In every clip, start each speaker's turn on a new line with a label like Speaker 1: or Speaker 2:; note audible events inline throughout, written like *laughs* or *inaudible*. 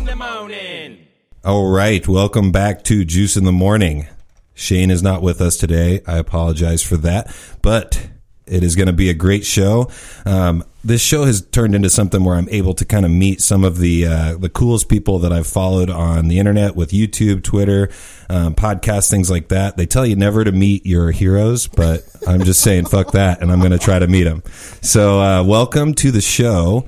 Speaker 1: morning.
Speaker 2: All right, welcome back to Juice in the Morning. Shane is not with us today. I apologize for that, but it is going to be a great show. Um, this show has turned into something where I'm able to kind of meet some of the uh, the coolest people that I've followed on the internet with YouTube, Twitter, um, podcasts, things like that. They tell you never to meet your heroes, but I'm just saying fuck that, and I'm going to try to meet them. So, uh, welcome to the show,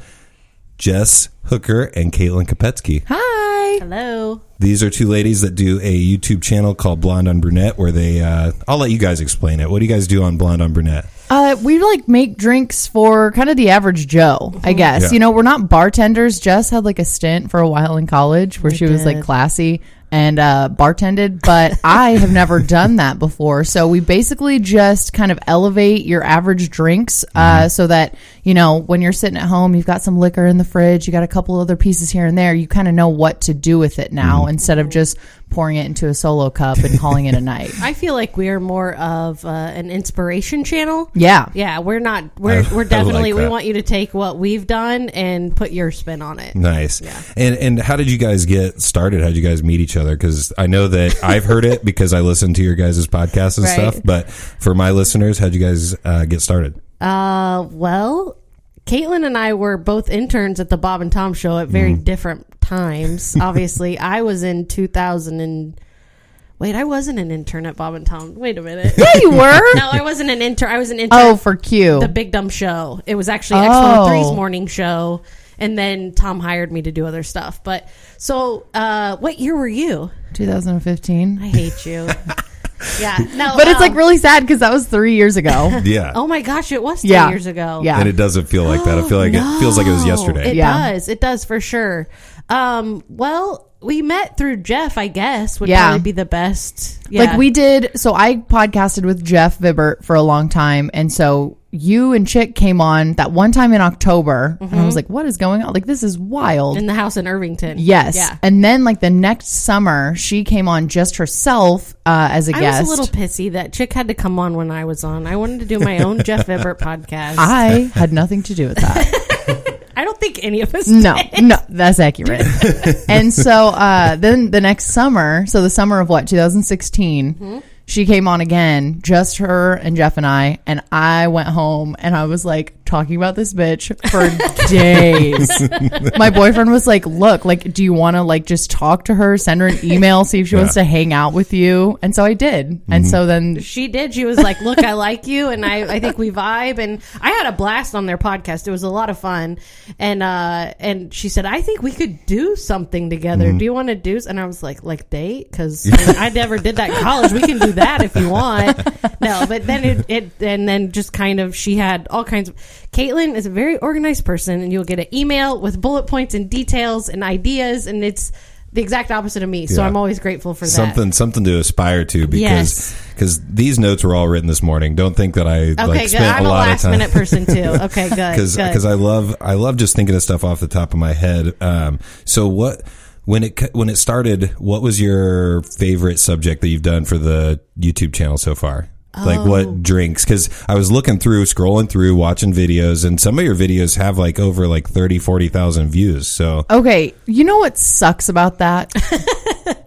Speaker 2: Jess Hooker and Caitlin Kopetsky.
Speaker 3: Hi.
Speaker 4: Hello.
Speaker 2: These are two ladies that do a YouTube channel called Blonde on Brunette, where they. Uh, I'll let you guys explain it. What do you guys do on Blonde on Brunette?
Speaker 3: Uh, we like make drinks for kind of the average Joe, I guess.
Speaker 2: Yeah.
Speaker 3: You know, we're not bartenders. Jess had like a stint for a while in college where she was like
Speaker 4: did.
Speaker 3: classy and uh, bartended,
Speaker 4: *laughs*
Speaker 3: but I have never done that before. So we basically just kind of elevate your average drinks uh, so that, you know, when you're sitting at home, you've got some liquor in the fridge, you got a couple other pieces here and there. You kind of know what to do with it now instead of just pouring it into a solo cup and calling it
Speaker 4: *laughs*
Speaker 3: a night.
Speaker 4: I feel like we are more of uh, an inspiration channel.
Speaker 3: Yeah.
Speaker 4: Yeah, we're not.
Speaker 2: *laughs*
Speaker 4: We're
Speaker 2: I- I
Speaker 4: we're
Speaker 2: like
Speaker 4: definitely. we
Speaker 2: that.
Speaker 4: want you to take what we've done and put your spin on it.
Speaker 2: Nice. And and how did you guys get started? How did you guys meet each other? Because I know that *laughs* I've heard it because I listen to your guys' podcasts and
Speaker 4: Right.
Speaker 2: stuff. But for my listeners, how did you guys uh, get started?
Speaker 4: Uh, well, Caitlin and I were both interns at the Bob and Tom show at
Speaker 2: Mm-hmm.
Speaker 4: very
Speaker 2: *laughs*
Speaker 4: different times. Obviously, I was in 2000 and wait, I wasn't an intern at Bob and Tom. Wait a minute.
Speaker 2: *laughs*
Speaker 3: Yeah, you
Speaker 4: *laughs*
Speaker 3: were.
Speaker 4: no, I wasn't an intern. I was an intern.
Speaker 3: Oh, for Q.
Speaker 4: the Big Dumb Show. It was actually X
Speaker 3: Oh.
Speaker 4: 103's morning show. And then Tom hired me to do other stuff. But so, uh, what year were you?
Speaker 3: 2015.
Speaker 4: I hate
Speaker 3: *laughs*
Speaker 4: you. yeah. No.
Speaker 3: But it's
Speaker 4: um,
Speaker 3: like really sad because that was three years ago.
Speaker 2: Yeah.
Speaker 4: Oh my gosh, it was three
Speaker 3: Yeah.
Speaker 4: years ago.
Speaker 3: Yeah.
Speaker 2: And it doesn't feel like that. I feel like
Speaker 4: *gasps*
Speaker 2: it feels like it was
Speaker 4: No,
Speaker 2: yesterday.
Speaker 4: It
Speaker 3: Yeah.
Speaker 4: does. It does for sure. Um, well, we met through Jeff, I guess, would
Speaker 3: Yeah.
Speaker 4: probably be the best. Yeah.
Speaker 3: Like we did. So I podcasted with Jeff Vibert for a long time, and so you and Chick came on that one time in October, and
Speaker 4: Mm-hmm.
Speaker 3: I was like, "What is going on? Like this is wild."
Speaker 4: in the house in Irvington.
Speaker 3: yes.
Speaker 4: Yeah.
Speaker 3: And then like the next summer, she came on just herself uh, as a
Speaker 4: I
Speaker 3: guest.
Speaker 4: was a little pissy that Chick had to come on when I was on. I wanted to do my own Jeff
Speaker 3: *laughs*
Speaker 4: Ebert podcast. I,
Speaker 3: I had nothing to do with
Speaker 4: *laughs*
Speaker 3: that.
Speaker 4: don't think any of *laughs* us
Speaker 3: No, no, that's accurate. and so uh, then the next summer, so the summer of what, 2016, she came on again, just her and Jeff and I. And I went home and I was like talking about this bitch for days. My boyfriend was like, look, like, do you want to like just talk to her, send her an email, see if she wants
Speaker 2: Yeah.
Speaker 3: to hang out with you? And so I did. And so then
Speaker 4: She did. She was like, "Look, I like you, and I, I think we vibe." And I had a blast on their podcast. It was a lot of fun. And uh, and she said, "I think we could do something together. Do you want to do?" s-" And I was like, "Like date? Because I never did that in college. We can do that if you want." No, but then it, it and then just kind of she had all kinds of. Caitlin is a very organized person, and you'll get an email with bullet points and details and ideas, and it's the exact opposite of me. So
Speaker 2: Yeah.
Speaker 4: I'm always grateful for that.
Speaker 2: something something to aspire to because
Speaker 4: Yes.
Speaker 2: because these notes were all written this morning. Don't think that I
Speaker 4: Okay,
Speaker 2: like
Speaker 4: good.
Speaker 2: spent
Speaker 4: I'm
Speaker 2: a
Speaker 4: a
Speaker 2: lot of
Speaker 4: last
Speaker 2: time.
Speaker 4: minute person too.
Speaker 2: *laughs*
Speaker 4: Okay, good.
Speaker 2: because
Speaker 4: good.
Speaker 2: because I love I love just thinking of stuff off the top of my head. Um, so what when it cu- when it started? What was your favorite subject that you've done for the YouTube channel so far? Like
Speaker 4: Oh.
Speaker 2: what drinks? Because I was looking through, scrolling through, watching videos, and some of your videos have like over like 30, 40,000 views. So
Speaker 3: Okay, you know what sucks about that?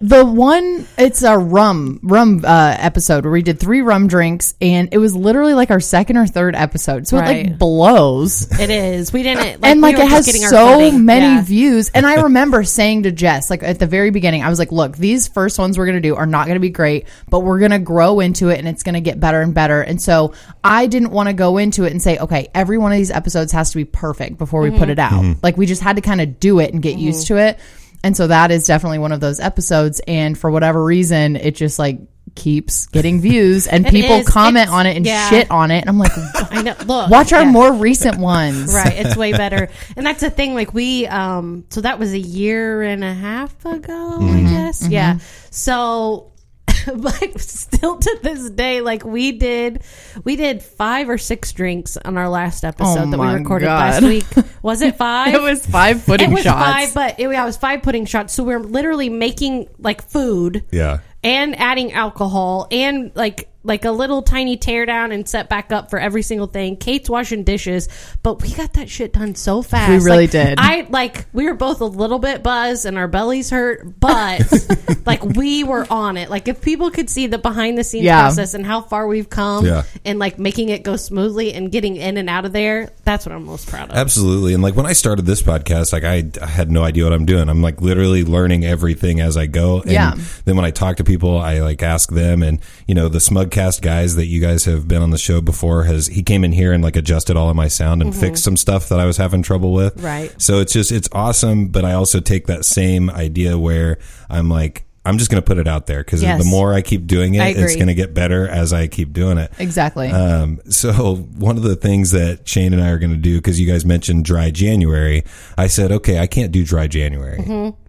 Speaker 3: the one it's a rum rum uh, episode where we did three rum drinks, and it was literally like our second or third episode, so it like
Speaker 4: Right.
Speaker 3: blows.
Speaker 4: it is. We
Speaker 2: Uh,
Speaker 4: didn't like,
Speaker 3: and
Speaker 4: we
Speaker 3: like
Speaker 4: were
Speaker 3: it
Speaker 4: just
Speaker 3: has
Speaker 4: getting our
Speaker 3: so
Speaker 4: footing.
Speaker 3: many
Speaker 4: Yeah.
Speaker 3: views. And
Speaker 4: *laughs*
Speaker 3: I remember saying to Jess, like at the very beginning, I was like, "Look, these first ones we're gonna do are not gonna be great, but we're gonna grow into it, and it's gonna get better and better." And so I didn't want to go into it and say, "Okay, every one of these episodes has to be perfect before we
Speaker 4: Mm-hmm.
Speaker 3: put it out." Like we just had to kind of do it and get used to it. And so that is definitely one of those episodes. And for whatever reason, it just like keeps getting views,
Speaker 4: *laughs*
Speaker 3: and
Speaker 4: It
Speaker 3: people
Speaker 4: is.
Speaker 3: comment
Speaker 4: It's-
Speaker 3: on it and
Speaker 4: yeah.
Speaker 3: shit on it.
Speaker 4: *laughs*
Speaker 3: And I'm like,
Speaker 4: I know. Look,
Speaker 3: watch our
Speaker 4: yeah.
Speaker 3: more recent ones.
Speaker 4: Right, it's way better. and that's the thing. Like we, um, so that was a year and a half ago,
Speaker 2: Mm-hmm.
Speaker 4: I guess.
Speaker 3: Mm-hmm.
Speaker 4: Yeah. So, *laughs* but still to this day, like we did, we did five or six drinks on our last episode that we
Speaker 3: Oh my
Speaker 4: recorded last
Speaker 3: God.
Speaker 4: week. Was
Speaker 3: *laughs*
Speaker 4: it five?
Speaker 3: It was five
Speaker 4: *laughs*
Speaker 3: pudding
Speaker 4: It was
Speaker 3: shots.
Speaker 4: five, but it, yeah, it was five pudding shots. So we're literally making like food
Speaker 2: yeah,
Speaker 4: and adding alcohol and like like a little tiny tear down and set back up for every single thing. Kate's washing dishes, but we got that shit done so fast.
Speaker 3: We really
Speaker 4: Like,
Speaker 3: did.
Speaker 4: I like we were both a little bit buzzed and our bellies hurt,
Speaker 3: *laughs*
Speaker 4: but like we were on it. Like if people could see the behind the scenes
Speaker 3: Yeah.
Speaker 4: process and how far we've come
Speaker 2: Yeah.
Speaker 4: and like making it go smoothly and getting in and out of there, that's what I'm most proud of.
Speaker 2: Absolutely. And like when I started this podcast, like I, I had no idea what I'm doing. I'm like literally learning everything as I go. And
Speaker 3: Yeah.
Speaker 2: then when I talk to people, I like ask them and you know, the Smugcast guys that you guys have been on the show before has he came in here and like adjusted all of my sound and fixed some stuff that I was having trouble with.
Speaker 4: Mm-hmm. Right.
Speaker 2: So it's just it's awesome, but I also take that same idea where I'm like I'm just going to put it out there because
Speaker 4: Yes.
Speaker 2: the more I keep doing it,
Speaker 4: I
Speaker 2: it's
Speaker 4: agree.
Speaker 2: going to get better as I keep doing it.
Speaker 3: Exactly.
Speaker 2: Um, so one of the things that Shane and I are going to do, because you guys mentioned dry January, I said, okay, I can't do dry January,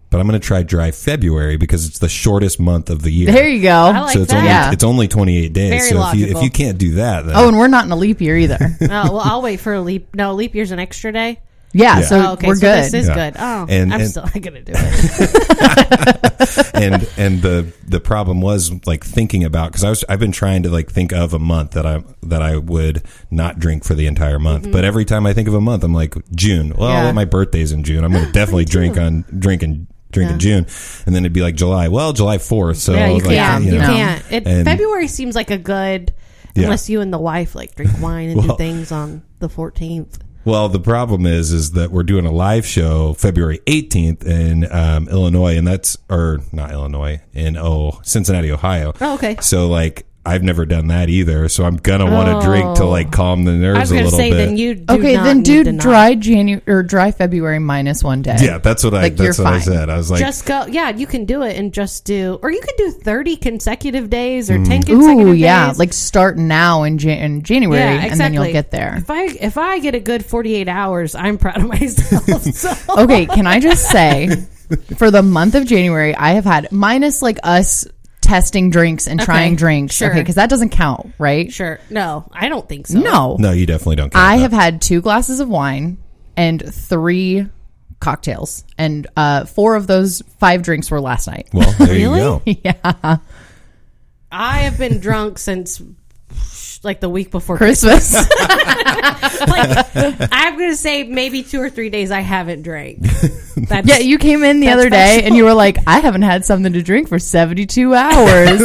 Speaker 2: but I'm going to try dry February because it's the shortest month of the year.
Speaker 3: there you go.
Speaker 4: I like
Speaker 2: so it's
Speaker 4: that.
Speaker 2: only
Speaker 3: Yeah.
Speaker 2: it's only 28 days.
Speaker 4: Very
Speaker 2: so if you if
Speaker 4: logical.
Speaker 2: you can't do that, then
Speaker 3: oh, and we're not in a leap
Speaker 4: *laughs*
Speaker 3: year either. *laughs* yeah,
Speaker 4: Oh, well, I'll wait for a leap. No, leap year's an extra day.
Speaker 3: so
Speaker 4: Oh, okay,
Speaker 3: Uh, we're
Speaker 4: so
Speaker 3: good.
Speaker 4: This is
Speaker 2: Yeah.
Speaker 4: good. Oh,
Speaker 2: And-
Speaker 4: I'm
Speaker 2: and-
Speaker 4: still *laughs* not gonna do it.
Speaker 2: and and the the problem was like thinking about because I was I've been trying to like think of a month that I that I would not drink for the entire month,
Speaker 4: Mm-hmm.
Speaker 2: but every time I think of a month, I'm like June. Well,
Speaker 3: Yeah.
Speaker 2: my birthday's in June. I'm
Speaker 4: *laughs*
Speaker 2: going to definitely drink on drink and drink in June, and then it'd be like July. Well, July fourth. So
Speaker 4: Yeah, you
Speaker 2: like,
Speaker 4: can't.
Speaker 2: you
Speaker 4: You
Speaker 2: know.
Speaker 4: can't. It,
Speaker 2: And-
Speaker 4: February seems like a good.
Speaker 2: Yeah.
Speaker 4: Unless you and the wife like drink wine and do
Speaker 2: Well-
Speaker 4: things on the 14th.
Speaker 2: Well, the problem is, is that we're doing a live show February 18th in um, Illinois, and that's or not Illinois in oh Cincinnati, Ohio.
Speaker 4: Oh, okay.
Speaker 2: So like, I've never done that either. So I'm gonna want to drink to
Speaker 4: Oh.
Speaker 2: like calm the nerves
Speaker 4: I was
Speaker 2: a
Speaker 4: gonna
Speaker 2: little
Speaker 4: say
Speaker 2: bit.
Speaker 4: then you do
Speaker 3: okay,
Speaker 4: not
Speaker 3: then
Speaker 4: need to
Speaker 3: do
Speaker 4: not.
Speaker 3: dry January or dry February minus one day.
Speaker 2: yeah, that's what I.
Speaker 3: Like,
Speaker 2: that's
Speaker 3: you're
Speaker 2: what I
Speaker 3: fine.
Speaker 2: said. I was like,
Speaker 4: just go yeah you can do it and just do or you could do 30 consecutive days or
Speaker 2: Mm.
Speaker 4: 10 consecutive
Speaker 3: Ooh,
Speaker 4: days
Speaker 3: yeah. Like start now in, Jan- in January, and then you'll get there.
Speaker 4: *laughs* if i if i get a good 48 hours i'm proud
Speaker 2: *laughs*
Speaker 4: of *laughs* myself so
Speaker 3: Okay, can I just say for the month of January, I have had minus like us testing drinks and trying drinks.
Speaker 4: sure.
Speaker 3: Okay, because that doesn't count, right?
Speaker 4: sure no i don't think so
Speaker 3: No.
Speaker 2: no, you definitely don't. Care
Speaker 3: I
Speaker 2: about
Speaker 3: have had two glasses of wine and three cocktails, and uh, four of those five drinks were last night.
Speaker 2: that. Well, there
Speaker 4: Really?
Speaker 2: you go.
Speaker 4: *laughs* i have been drunk since like the week before
Speaker 3: *laughs*
Speaker 2: *laughs*
Speaker 3: Christmas.
Speaker 4: like i'm gonna say maybe two or three days i haven't
Speaker 3: *laughs*
Speaker 4: drank that's
Speaker 3: yeah, you came in the
Speaker 4: That's
Speaker 3: other day
Speaker 4: special.
Speaker 3: and you were like, "I haven't had something to drink for seventy-two
Speaker 2: *laughs*
Speaker 3: hours."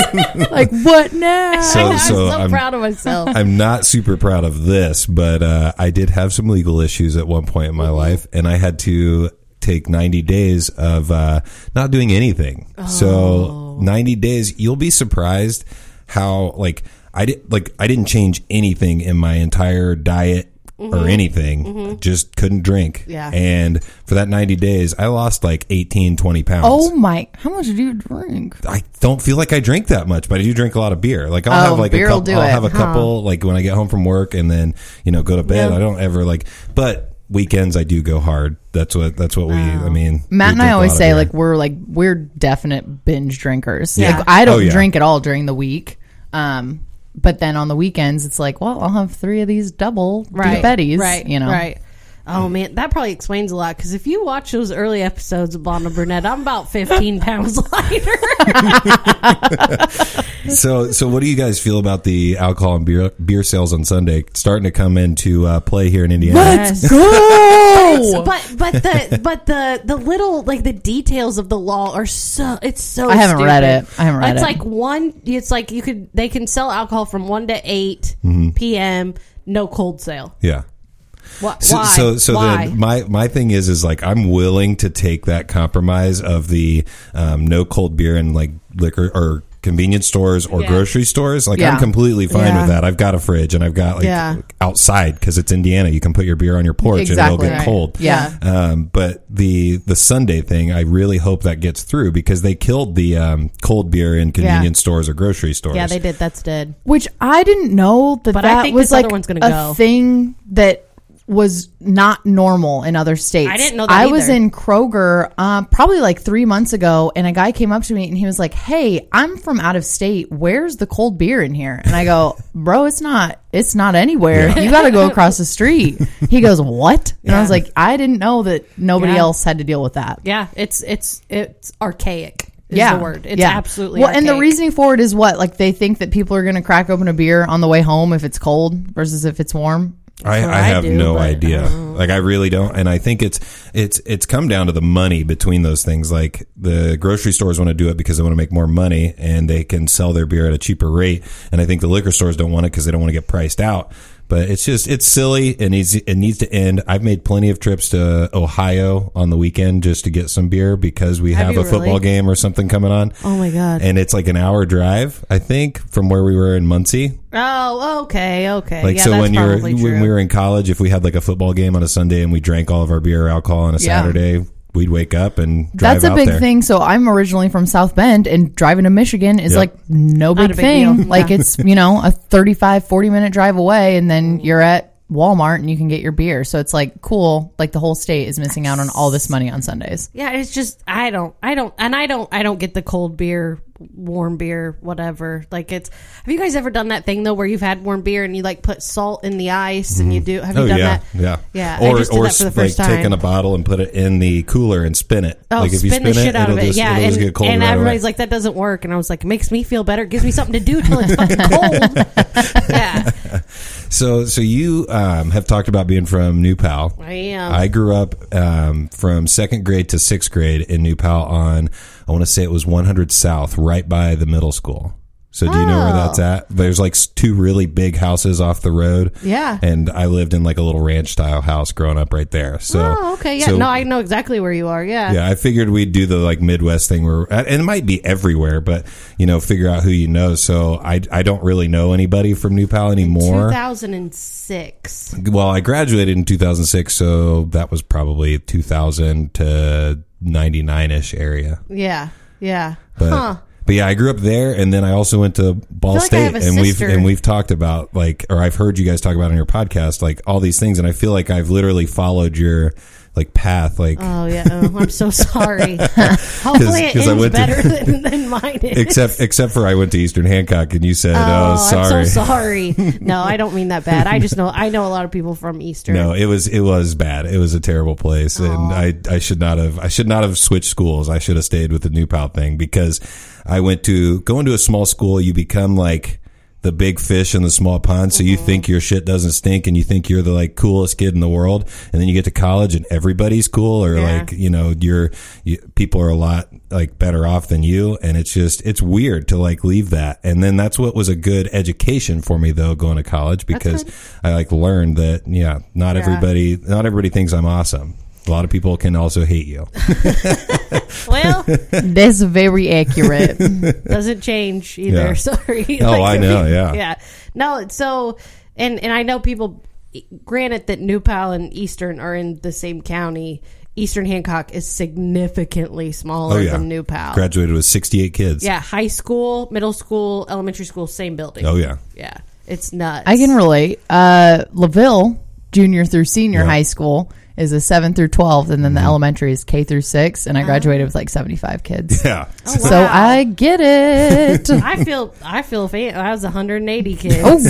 Speaker 3: like, what now?
Speaker 2: So-
Speaker 4: *laughs* i'm
Speaker 2: so
Speaker 4: so
Speaker 2: I'm-
Speaker 4: proud of myself
Speaker 2: *laughs* I'm not super proud of this, but uh, I did have some legal issues at one point in my life, and I had to take 90 days of uh, not doing anything. So 90 days, you'll be surprised how like I did like I didn't change anything in my entire diet. Or anything, just couldn't drink.
Speaker 4: Yeah.
Speaker 2: And for that 90 days, I lost like 18, 20 pounds.
Speaker 3: oh my! How much did you drink?
Speaker 2: I don't feel like I drink that much, but I do drink a lot of beer. Like I'll
Speaker 3: Oh,
Speaker 2: have like a
Speaker 3: beer will
Speaker 2: couple,
Speaker 3: do
Speaker 2: I'll
Speaker 3: it,
Speaker 2: have a
Speaker 3: huh.
Speaker 2: couple like when I get home from work and then you know go to bed.
Speaker 4: Yeah.
Speaker 2: I don't ever like, but weekends I do go hard. That's what that's what we. I mean,
Speaker 3: Oh. Matt
Speaker 2: we
Speaker 3: and I
Speaker 2: drink a
Speaker 3: always
Speaker 2: lot of
Speaker 3: say
Speaker 2: beer.
Speaker 3: like we're like we're definite binge drinkers.
Speaker 4: Yeah.
Speaker 3: Like I don't
Speaker 2: Oh, yeah.
Speaker 3: drink at all during the week. Um but then on the weekends it's like, well, I'll have three of these double right, diabetes.
Speaker 4: *laughs* Right.
Speaker 3: You know.
Speaker 4: Right. Oh man, that probably explains a lot. Because if you watch those early episodes of Blonde and Brunette, I'm about 15 pounds *laughs* lighter.
Speaker 2: so. So what do you guys feel about the alcohol and beer beer sales on Sunday starting to come into uh, play here in Indiana?
Speaker 3: Let's go.
Speaker 4: *laughs* but but the but the the little like the details of the law are so it's so.
Speaker 3: I haven't
Speaker 4: stupid.
Speaker 3: read it. I haven't read
Speaker 4: it's
Speaker 3: it.
Speaker 4: like one. It's like you could they can sell alcohol from one to 8
Speaker 3: Mm-hmm.
Speaker 4: p.m. No cold sale.
Speaker 2: Yeah.
Speaker 4: Why?
Speaker 2: So, so, so
Speaker 4: Why?
Speaker 2: then my, my thing is, is like, I'm willing to take that compromise of the, um, no cold beer in like liquor or convenience stores or
Speaker 4: Yeah.
Speaker 2: grocery stores. Like I'm
Speaker 3: Yeah.
Speaker 2: completely fine
Speaker 4: Yeah.
Speaker 2: with that. I've got a fridge and I've got like
Speaker 4: Yeah.
Speaker 2: outside cause it's Indiana. You can put your beer on your porch and it'll
Speaker 3: Exactly.
Speaker 2: get
Speaker 3: Right.
Speaker 2: cold.
Speaker 3: Yeah.
Speaker 2: Um, but the, the Sunday thing, I really hope that gets through because they killed the, um, cold beer in convenience stores or grocery stores.
Speaker 4: yeah, they did. That's dead.
Speaker 3: *laughs* Which I didn't know that
Speaker 4: But I
Speaker 3: that
Speaker 4: think
Speaker 3: was
Speaker 4: this
Speaker 3: like
Speaker 4: other one's gonna
Speaker 3: a
Speaker 4: go.
Speaker 3: thing that was not normal in other states.
Speaker 4: I didn't know that
Speaker 3: I was
Speaker 4: either.
Speaker 3: in Kroger uh, probably like three months ago, and a guy came up to me and he was like, "Hey, I'm from out of state. Where's the cold beer in here?" And I go, *laughs* "Bro, it's not. It's not anywhere. You got to go across the street." He goes, "What?" And I was like, "I didn't know that nobody
Speaker 4: Yeah.
Speaker 3: else had to deal with that."
Speaker 4: Yeah, it's it's it's archaic. is the word. It's absolutely
Speaker 3: well, and the
Speaker 4: archaic.
Speaker 3: reasoning for it is what like they think that people are going to crack open a beer on the way home if it's cold versus if it's warm.
Speaker 2: I,
Speaker 4: what
Speaker 2: I
Speaker 4: I
Speaker 2: have
Speaker 4: do,
Speaker 2: no
Speaker 4: but I
Speaker 2: idea. like I really don't, and I think it's it's it's come down to the money between those things. Like the grocery stores want to do it because they want to make more money and they can sell their beer at a cheaper rate, and I think the liquor stores don't want it because they don't want to get priced out. But it's just it's silly and needs it needs to end. I've made plenty of trips to Ohio on the weekend just to get some beer because we
Speaker 4: Have
Speaker 2: have,
Speaker 4: you
Speaker 2: a football
Speaker 4: really?
Speaker 2: game or something coming on.
Speaker 4: Oh my God.
Speaker 2: And it's like an hour drive, I think, from where we were in Muncie.
Speaker 4: Oh, okay, okay.
Speaker 2: Like
Speaker 4: yeah,
Speaker 2: so
Speaker 4: that's
Speaker 2: when you were
Speaker 4: probably
Speaker 2: when
Speaker 4: true.
Speaker 2: we were in college, if we had like a football game on a Sunday and we drank all of our beer or alcohol on a
Speaker 3: Yeah.
Speaker 2: Saturday, we'd wake up and drive
Speaker 3: That's a
Speaker 2: out
Speaker 3: big
Speaker 2: there.
Speaker 3: thing. So I'm originally from South Bend, and driving to Michigan is
Speaker 2: Yep.
Speaker 3: like no big,
Speaker 4: a big
Speaker 3: thing.
Speaker 4: deal.
Speaker 3: Like it's you know a 35, 40 minute drive away, and
Speaker 4: Mm-hmm.
Speaker 3: then you're at Walmart and you can get your beer. So it's like cool. Like the whole state is missing out on all this money on Sundays.
Speaker 4: yeah, it's just I don't, I don't, and I don't, I don't get the cold beer, warm beer, whatever. Like it's. Have you guys ever done that thing though, where you've had warm beer and you like put salt in the ice and you do? Have you
Speaker 2: Oh
Speaker 4: done
Speaker 2: yeah,
Speaker 4: that?
Speaker 2: yeah,
Speaker 4: Yeah, I
Speaker 2: Or
Speaker 4: just did
Speaker 2: or
Speaker 4: that for the
Speaker 2: s-
Speaker 4: first
Speaker 2: like
Speaker 4: time.
Speaker 2: taking a bottle and put it in the cooler and spin it.
Speaker 4: Oh,
Speaker 2: like if you
Speaker 4: spin,
Speaker 2: spin
Speaker 4: the
Speaker 2: it,
Speaker 4: shit out
Speaker 2: it'll
Speaker 4: of it.
Speaker 2: just,
Speaker 4: yeah,
Speaker 2: it'll
Speaker 4: and,
Speaker 2: just get cold
Speaker 4: and
Speaker 2: right away.
Speaker 4: everybody's like, that doesn't work. And I was like, it makes me feel better. It gives me something to do till
Speaker 2: *laughs*
Speaker 4: it's fucking cold. yeah.
Speaker 2: So, so you um, have talked about being from New Pal.
Speaker 4: I am.
Speaker 2: I grew up um, from second grade to sixth grade in New Pal on, I want to say it was 100 South, right by the middle school. So, do you know where
Speaker 4: Oh.
Speaker 2: that's at? There's like s- two really big houses off the road.
Speaker 4: Yeah.
Speaker 2: And I lived in like a little ranch style house growing up right there. So,
Speaker 4: Oh, okay. Yeah.
Speaker 2: so-
Speaker 4: no, I know exactly where you are. Yeah.
Speaker 2: yeah, I figured we'd do the like Midwest thing where, and it might be everywhere, but you know, figure out who you know. So I, I don't really know anybody from New Pal anymore.
Speaker 4: 2006.
Speaker 2: well, I graduated in 2006, so that was probably 2000 to 99 ish area.
Speaker 4: Yeah. Yeah.
Speaker 2: *laughs* But,
Speaker 4: huh.
Speaker 2: but yeah, I grew up there, and then I also went to Ball
Speaker 4: like I
Speaker 2: State,
Speaker 4: have a
Speaker 2: and
Speaker 4: sister.
Speaker 2: we've and we've talked about like, or I've heard you guys talk about on your podcast, like all these things, and I feel like I've literally followed your like path, like.
Speaker 4: Oh yeah. Oh, I'm so
Speaker 2: *laughs*
Speaker 4: sorry. Hopefully it
Speaker 2: 'cause I went
Speaker 4: ends
Speaker 2: to- *laughs*
Speaker 4: better than, than mine is.
Speaker 2: Except, except for I went to Eastern Hancock, and you said, "Oh,
Speaker 4: Oh,
Speaker 2: sorry."
Speaker 4: I'm so sorry. No, I don't mean that bad. I just know I know a lot of people from
Speaker 2: *laughs*
Speaker 4: Eastern.
Speaker 2: No, it was it was bad. It was a terrible place, and I I should not have I should not have switched schools. I should have stayed with the New Pal thing because I went to going to a small school. You become like the big fish in the small pond, so you think your shit doesn't stink, and you think you're the like coolest kid in the world, and then you get to college and everybody's cool, or
Speaker 4: Yeah.
Speaker 2: like you know you're you, people are a lot like better off than you, and it's just it's weird to like leave that, and then that's what was a good education for me though going to college because I like learned that yeah not everybody not everybody thinks I'm awesome. A lot of people can also hate
Speaker 4: *laughs*
Speaker 2: you.
Speaker 4: Well,
Speaker 3: That's very *laughs* accurate.
Speaker 4: doesn't change either.
Speaker 2: Yeah.
Speaker 4: *laughs* Sorry.
Speaker 2: Oh, I know,
Speaker 4: mean,
Speaker 2: yeah.
Speaker 4: Yeah. No. So, and and I know people. Granted that New Pal and Eastern are in the same county. Eastern Hancock is significantly smaller than New Pal.
Speaker 2: Oh, Graduated with 68 kids.
Speaker 4: yeah, high school, middle school, elementary school, same building.
Speaker 2: Oh yeah. *laughs*
Speaker 4: Yeah, it's nuts.
Speaker 3: I can relate. Uh, LaVille, junior through senior high school, is a 7 through 12, and then
Speaker 2: Mm-hmm.
Speaker 3: the elementary is K through 6, and I graduated with like 75 kids.
Speaker 2: Yeah.
Speaker 4: Oh, *laughs*
Speaker 3: So
Speaker 4: Wow.
Speaker 3: I get it.
Speaker 4: *laughs* I feel I feel fan. I was 180 kids.
Speaker 3: *laughs* oh,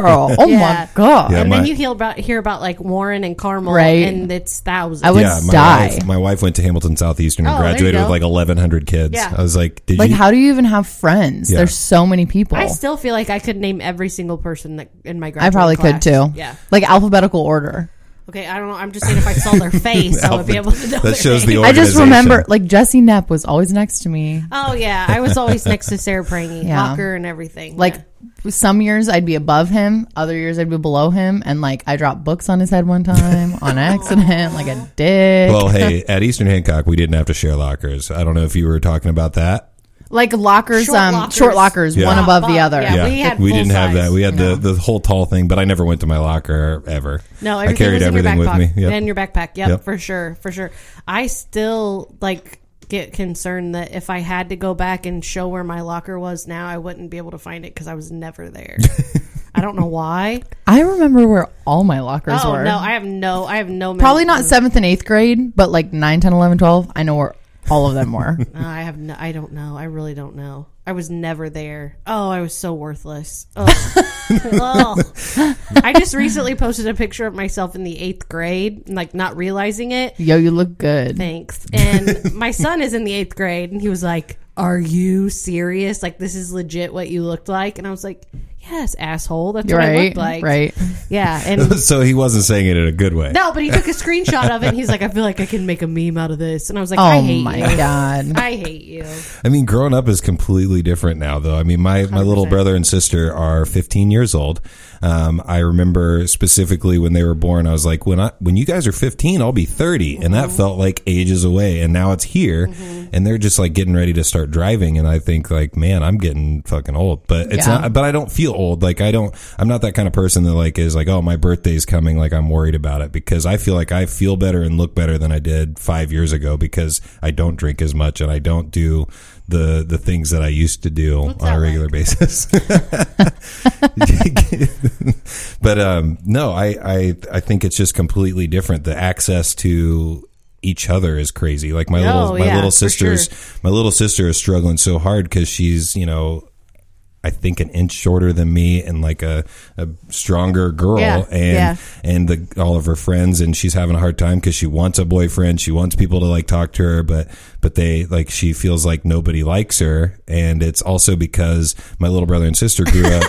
Speaker 3: girl. Oh,
Speaker 4: Yeah.
Speaker 3: my God.
Speaker 2: Yeah.
Speaker 4: and
Speaker 2: my-
Speaker 4: then you hear about hear about like Warren and Carmel,
Speaker 3: Right.
Speaker 4: and it's thousands.
Speaker 3: I would
Speaker 2: yeah, my
Speaker 3: die.
Speaker 2: wife, my wife went to Hamilton Southeastern and
Speaker 4: Oh, there you
Speaker 2: graduated with
Speaker 4: go.
Speaker 2: like 1100 kids.
Speaker 4: Yeah.
Speaker 2: I was like, did
Speaker 3: Like,
Speaker 2: you *laughs*
Speaker 3: how do you even have friends?
Speaker 2: Yeah.
Speaker 3: There's so many people.
Speaker 4: I still feel like I could name every single person that in my
Speaker 3: I
Speaker 4: graduating
Speaker 3: probably could
Speaker 4: class.
Speaker 3: too.
Speaker 4: Yeah.
Speaker 3: Like alphabetical order.
Speaker 4: Okay. I don't know. I'm just saying if I saw their face, I would be able to know.
Speaker 2: That
Speaker 4: their
Speaker 2: shows
Speaker 4: name.
Speaker 2: the
Speaker 3: *laughs* I just
Speaker 2: Organization.
Speaker 3: remember, like, Jesse Knepp was always next to me.
Speaker 4: Oh yeah, I was always next to Sarah Prangy,
Speaker 3: Yeah.
Speaker 4: Hawker, and everything.
Speaker 3: Like,
Speaker 4: Yeah.
Speaker 3: some years I'd be above him, other years I'd be below him, and like, I dropped books on his head one time
Speaker 4: *laughs*
Speaker 3: on accident, like a
Speaker 2: *laughs*
Speaker 3: dick.
Speaker 2: Well, hey,
Speaker 3: *laughs*
Speaker 2: at Eastern Hancock, we didn't have to share lockers. I don't know if you were talking about that.
Speaker 3: like lockers,
Speaker 4: Short
Speaker 3: um,
Speaker 4: lockers.
Speaker 3: short lockers,
Speaker 2: Yeah.
Speaker 3: one above the
Speaker 4: Yeah.
Speaker 3: other.
Speaker 4: Yeah. we had full
Speaker 2: didn't have
Speaker 4: size.
Speaker 2: that. We had the, the whole tall thing, but I never went to my locker ever.
Speaker 4: No,
Speaker 2: I
Speaker 4: everything
Speaker 2: carried
Speaker 4: was in
Speaker 2: everything
Speaker 4: your
Speaker 2: with
Speaker 4: backpack.
Speaker 2: me. Yep.
Speaker 4: In your backpack. Yep,
Speaker 2: Yep.
Speaker 4: for sure, for sure. I still like get concerned that if I had to go back and show where my locker was now, I wouldn't be able to find it because I was never there. I don't know why.
Speaker 3: I remember where all my lockers
Speaker 4: Oh
Speaker 3: were.
Speaker 4: no, I have no, I have no.
Speaker 3: Probably
Speaker 4: memory.
Speaker 3: not seventh and eighth grade, but like 9, 10, 11, 12. I know where All of them
Speaker 2: *laughs*
Speaker 3: were.
Speaker 4: No, Uh, I have no, I don't know. I really don't know. I was never there. Oh, I was so worthless. Ugh.
Speaker 3: *laughs*
Speaker 4: Ugh. I just recently posted a picture of myself in the eighth grade, like not realizing it.
Speaker 3: Yo, you look good.
Speaker 4: Thanks. And
Speaker 3: *laughs*
Speaker 4: my son is in the eighth grade, and he was like, "Are you serious? Like this is legit what you looked like?" And I was like, "Yes, asshole. That's what I
Speaker 3: right,
Speaker 4: looked like."
Speaker 3: right.
Speaker 4: Yeah.
Speaker 3: *laughs*
Speaker 4: And
Speaker 2: *laughs* so he wasn't saying it in a good way.
Speaker 4: no, but he took a screenshot of it. and He's like, "I feel like I can make a meme out of this," and I was like, *laughs* "I
Speaker 3: Oh
Speaker 4: hate
Speaker 3: my
Speaker 2: *laughs*
Speaker 4: you.
Speaker 3: god.
Speaker 4: I hate you."
Speaker 2: I mean, growing up is completely different now, though. I mean, my, my little
Speaker 4: 100%.
Speaker 2: brother and sister are 15 years old. Um, I remember specifically when they were born, I was like, when I, when you guys are 15, I'll be 30. And that felt like ages away. And now it's here and they're just like getting ready to start driving. And I think like, man, I'm getting fucking old, but it's
Speaker 3: Yeah.
Speaker 2: not, but I don't feel old. Like I don't, I'm not that kind of person that like is like, oh, my birthday's coming. Like I'm worried about it because I feel like I feel better and look better than I did five years ago because I don't drink as much and I don't do the the things that I used to do on
Speaker 4: that
Speaker 2: a regular basis. *laughs* but um, no, I, I I think it's just completely different. The access to each other is crazy. Like my
Speaker 4: Oh,
Speaker 2: little my
Speaker 4: yeah,
Speaker 2: little
Speaker 4: for
Speaker 2: sister's
Speaker 4: sure.
Speaker 2: my little sister is struggling so hard because she's you know I think an inch shorter than me and like a, a stronger girl
Speaker 4: Yeah,
Speaker 2: and
Speaker 4: yeah.
Speaker 2: and the all of her friends and she's having a hard time because she wants a boyfriend she wants people to like talk to her but but they like she feels like nobody likes her and it's also because my little brother and sister grew
Speaker 4: *laughs*
Speaker 2: up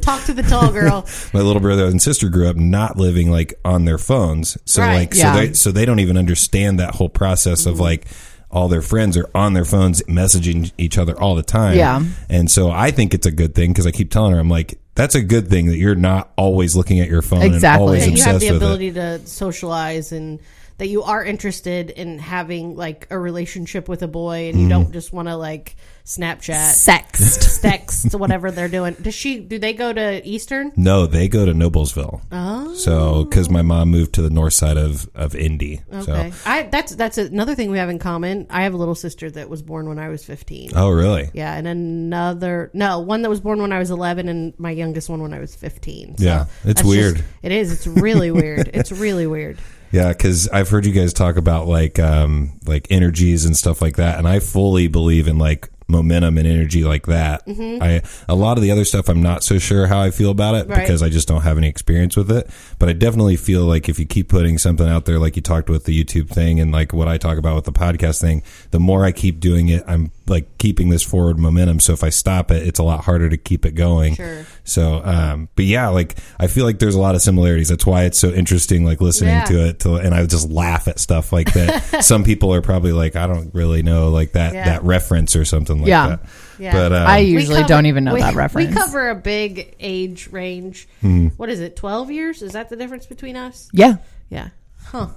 Speaker 4: Talk to the tall
Speaker 3: *laughs*
Speaker 4: girl.
Speaker 2: my little brother and sister grew up not living like on their phones so
Speaker 4: Right, Mm-hmm.
Speaker 2: like
Speaker 3: yeah.
Speaker 2: so they so they don't even understand that whole process of like all their friends are on their phones messaging each other all the time
Speaker 3: Yeah.
Speaker 2: and so i think it's a good thing because i keep telling her i'm like that's a good thing that you're not always looking at your phone and
Speaker 3: Exactly.
Speaker 2: always
Speaker 3: Yeah,
Speaker 4: that you
Speaker 2: obsessed
Speaker 4: have the
Speaker 2: with it
Speaker 4: ability to socialize and that you are interested in having like a relationship with a boy
Speaker 2: Mm-hmm.
Speaker 4: and you don't just want to like Snapchat,
Speaker 3: Sexed.
Speaker 4: *laughs* text, whatever they're doing. Does she? Do they go to Eastern?
Speaker 2: no they go to noblesville oh. so because my mom moved to the north side of of indy
Speaker 4: Okay,
Speaker 2: so
Speaker 4: I that's that's another thing we have in common. I have a little sister that was born when I was fifteen.
Speaker 2: oh really
Speaker 4: Yeah, and another no one that was born when I was eleven, and my youngest one when I was fifteen. So
Speaker 2: Yeah, it's
Speaker 4: that's just-
Speaker 2: weird.
Speaker 4: it is. It's really weird. It's really weird.
Speaker 2: Yeah, because I've heard you guys talk about like um like energies and stuff like that, and I fully believe in like momentum and energy like that. I a lot of the other stuff I'm not so sure how I feel about it
Speaker 4: Mm-hmm. Right.
Speaker 2: because I just don't have any experience with it. But I definitely feel like if you keep putting something out there, like you talked with the YouTube thing and like what I talk about with the podcast thing, the more I keep doing it, I'm like keeping this forward momentum. So if I stop it, it's a lot harder to keep it going.
Speaker 4: Sure.
Speaker 2: So, um, but yeah, like I feel like there's a lot of similarities. That's why it's so interesting, like listening
Speaker 4: Yeah.
Speaker 2: to it. To, and I just laugh at stuff like that. Some people are probably like, I don't really know like that
Speaker 4: Yeah.
Speaker 2: that reference or something like
Speaker 3: Yeah.
Speaker 2: that.
Speaker 4: Yeah.
Speaker 2: But um,
Speaker 3: I
Speaker 4: We
Speaker 3: usually
Speaker 4: cover-
Speaker 3: don't even
Speaker 4: *laughs*
Speaker 3: know
Speaker 4: we-
Speaker 3: that reference.
Speaker 4: We cover a big age range.
Speaker 2: Hmm.
Speaker 4: What is it? Twelve years? Is that the difference between us?
Speaker 3: yeah.
Speaker 4: Yeah. Huh.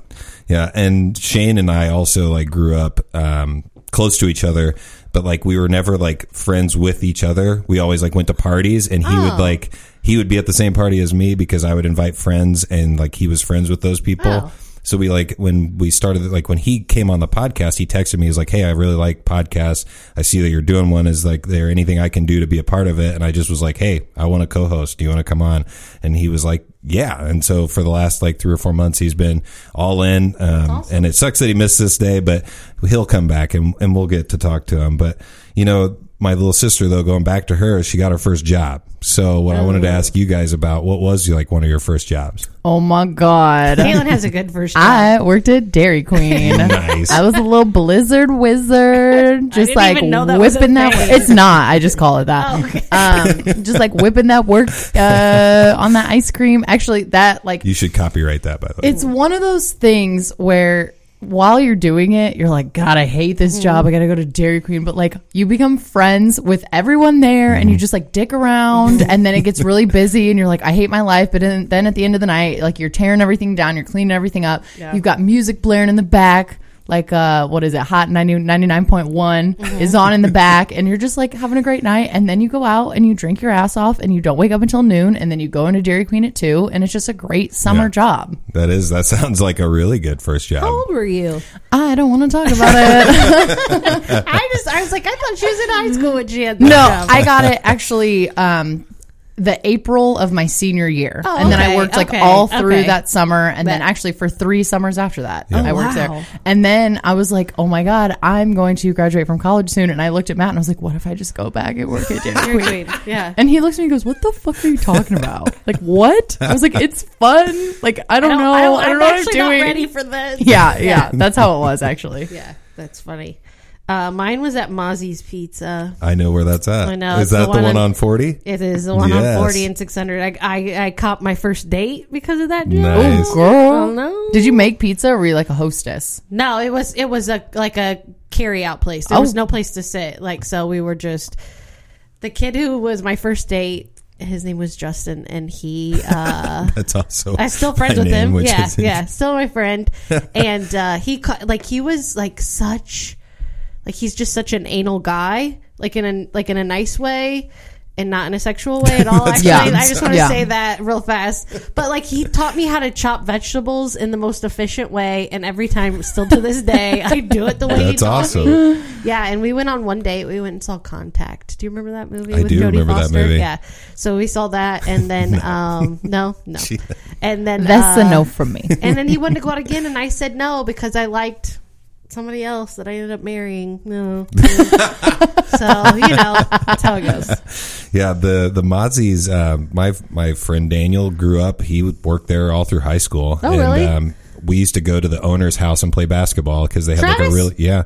Speaker 2: Yeah, and Shane and I also like grew up um, close to each other, but like we were never like friends with each other. We always like went to parties, and he would like he would be at the same party as me because I would invite friends, and like he was friends with those people.
Speaker 4: Oh.
Speaker 2: So we like when we started like when he came on the podcast, he texted me. He's like, "Hey, I really like podcasts. I see that you're doing one. Is like there anything I can do to be a part of it?" And I just was like, "Hey, I want to co-host. Do you want to come on?" And he was like, "Yeah." And so for the last like three or four months, he's been all in. Um, And it sucks that he missed this day, but he'll come back and and we'll get to talk to him. But you know, my little sister though, going back to her, she got her first job. So what I wanted to
Speaker 4: Oh.
Speaker 2: ask you guys about what was like one of your first jobs?
Speaker 4: *laughs*
Speaker 3: Oh my god.
Speaker 4: Kaylin has a good first job.
Speaker 3: *laughs* I worked
Speaker 2: *laughs*
Speaker 3: at Dairy Queen.
Speaker 2: Nice.
Speaker 3: I was a little
Speaker 4: *laughs*
Speaker 3: blizzard wizard, just
Speaker 4: didn't
Speaker 3: like
Speaker 4: even know that was a
Speaker 3: whipping that.
Speaker 4: thing. Oh,
Speaker 3: It's not. I just call it that. um, just like whipping that work uh, on that ice cream. Actually, that like
Speaker 2: You should copyright that by the way.
Speaker 3: it's one of those things where while you're doing it, you're like, God, I hate this job. I gotta go to Dairy Queen. But like, you become friends with everyone there, and you just like dick around, and then it gets really busy, and you're like, I hate my life. But then, then at the end of the night, like you're tearing everything down, you're cleaning everything up. You've got music blaring in the back. Like uh, what is it? Hot 90, 99.1 is on in the back, and you're just like having a great night. And then you go out and you drink your ass off, and you don't wake up until noon, and then you go into Dairy Queen at two, and it's just a great summer
Speaker 2: Yeah.
Speaker 3: job.
Speaker 2: That is. That sounds like a really good first job.
Speaker 4: How old were you?
Speaker 3: I don't want to talk about it.
Speaker 4: I just I was like I thought she was in high school when she had that
Speaker 3: *laughs* no,
Speaker 4: job.
Speaker 3: I got it actually. Um, the April of my senior year,
Speaker 4: Oh,
Speaker 3: and then I
Speaker 4: okay,
Speaker 3: worked like
Speaker 4: okay,
Speaker 3: all through
Speaker 4: okay.
Speaker 3: that summer, and then
Speaker 4: But-
Speaker 3: actually for three summers after that,
Speaker 2: Yeah.
Speaker 3: I worked
Speaker 4: wow.
Speaker 3: there. And then I was like, oh my god, I'm going to graduate from college soon, and I looked at Matt and I was like, what if I just go back and work at
Speaker 4: *laughs* *laughs*
Speaker 3: Dairy
Speaker 4: You're
Speaker 3: Queen?
Speaker 4: a queen. Yeah.
Speaker 3: And he looks at me and goes, What the fuck are you talking about? like, what? I was like, It's fun. Like, I don't, know. I don't, know
Speaker 4: I'm
Speaker 3: what I'm
Speaker 4: actually
Speaker 3: doing.
Speaker 4: Not
Speaker 3: *laughs*
Speaker 4: ready for this.
Speaker 3: Yeah, yeah. That's how it was, actually.
Speaker 4: Yeah, that's funny. Uh, mine was at Mozzie's Pizza.
Speaker 2: I know where that's at.
Speaker 4: I know,
Speaker 2: Is
Speaker 4: it's
Speaker 2: that the
Speaker 4: the one
Speaker 2: one
Speaker 4: on-
Speaker 2: on 40?
Speaker 4: It is the one
Speaker 2: Yes.
Speaker 4: on 40 and 600. I, I, I copped my first date because of that. Joe.
Speaker 2: Nice. Oh,
Speaker 3: Girl.
Speaker 4: Oh, no.
Speaker 3: Did you make pizza or were you like a hostess?
Speaker 4: No, it was it was a like a carry out place. There
Speaker 3: Oh.
Speaker 4: was no place to sit. Like so we were just the kid who was my first date, his name was Justin and he uh
Speaker 2: That's also.
Speaker 4: I still
Speaker 2: my
Speaker 4: friends with
Speaker 2: name,
Speaker 4: him.
Speaker 2: which
Speaker 4: Yeah,
Speaker 2: is- *laughs*
Speaker 4: yeah, still my friend. and uh, he ca- like he was like such like he's just such an anal guy, like in a like in a nice way. And not in a sexual way at
Speaker 2: *laughs*
Speaker 4: all.
Speaker 2: That's
Speaker 4: Actually,
Speaker 3: good.
Speaker 4: I just want to
Speaker 3: Yeah.
Speaker 4: say that real fast. But like, he taught me how to chop vegetables in the most efficient way, and every time, still to this day, I do it the way he
Speaker 2: *laughs* That's
Speaker 4: taught
Speaker 2: awesome.
Speaker 4: me. Yeah, and we went on one date. We went and saw Contact. Do you remember that movie?
Speaker 2: I do
Speaker 4: Jodie
Speaker 2: remember that movie.
Speaker 4: Yeah. So we saw that, and then
Speaker 2: *laughs*
Speaker 4: um, no, no, and then
Speaker 3: That's
Speaker 4: uh,
Speaker 3: a no from me.
Speaker 4: And then he wanted to go out again, and I said no because I liked somebody else that I ended up marrying.
Speaker 2: *laughs*
Speaker 4: No, so you know that's how it goes.
Speaker 2: Yeah, the the Mozzie's. Uh, my my friend Daniel grew up. He would- worked there all through high school.
Speaker 4: Oh, really?
Speaker 2: Um, we used to go to the owner's house and play basketball because they had like a
Speaker 4: Travis? Ah!
Speaker 2: really yeah.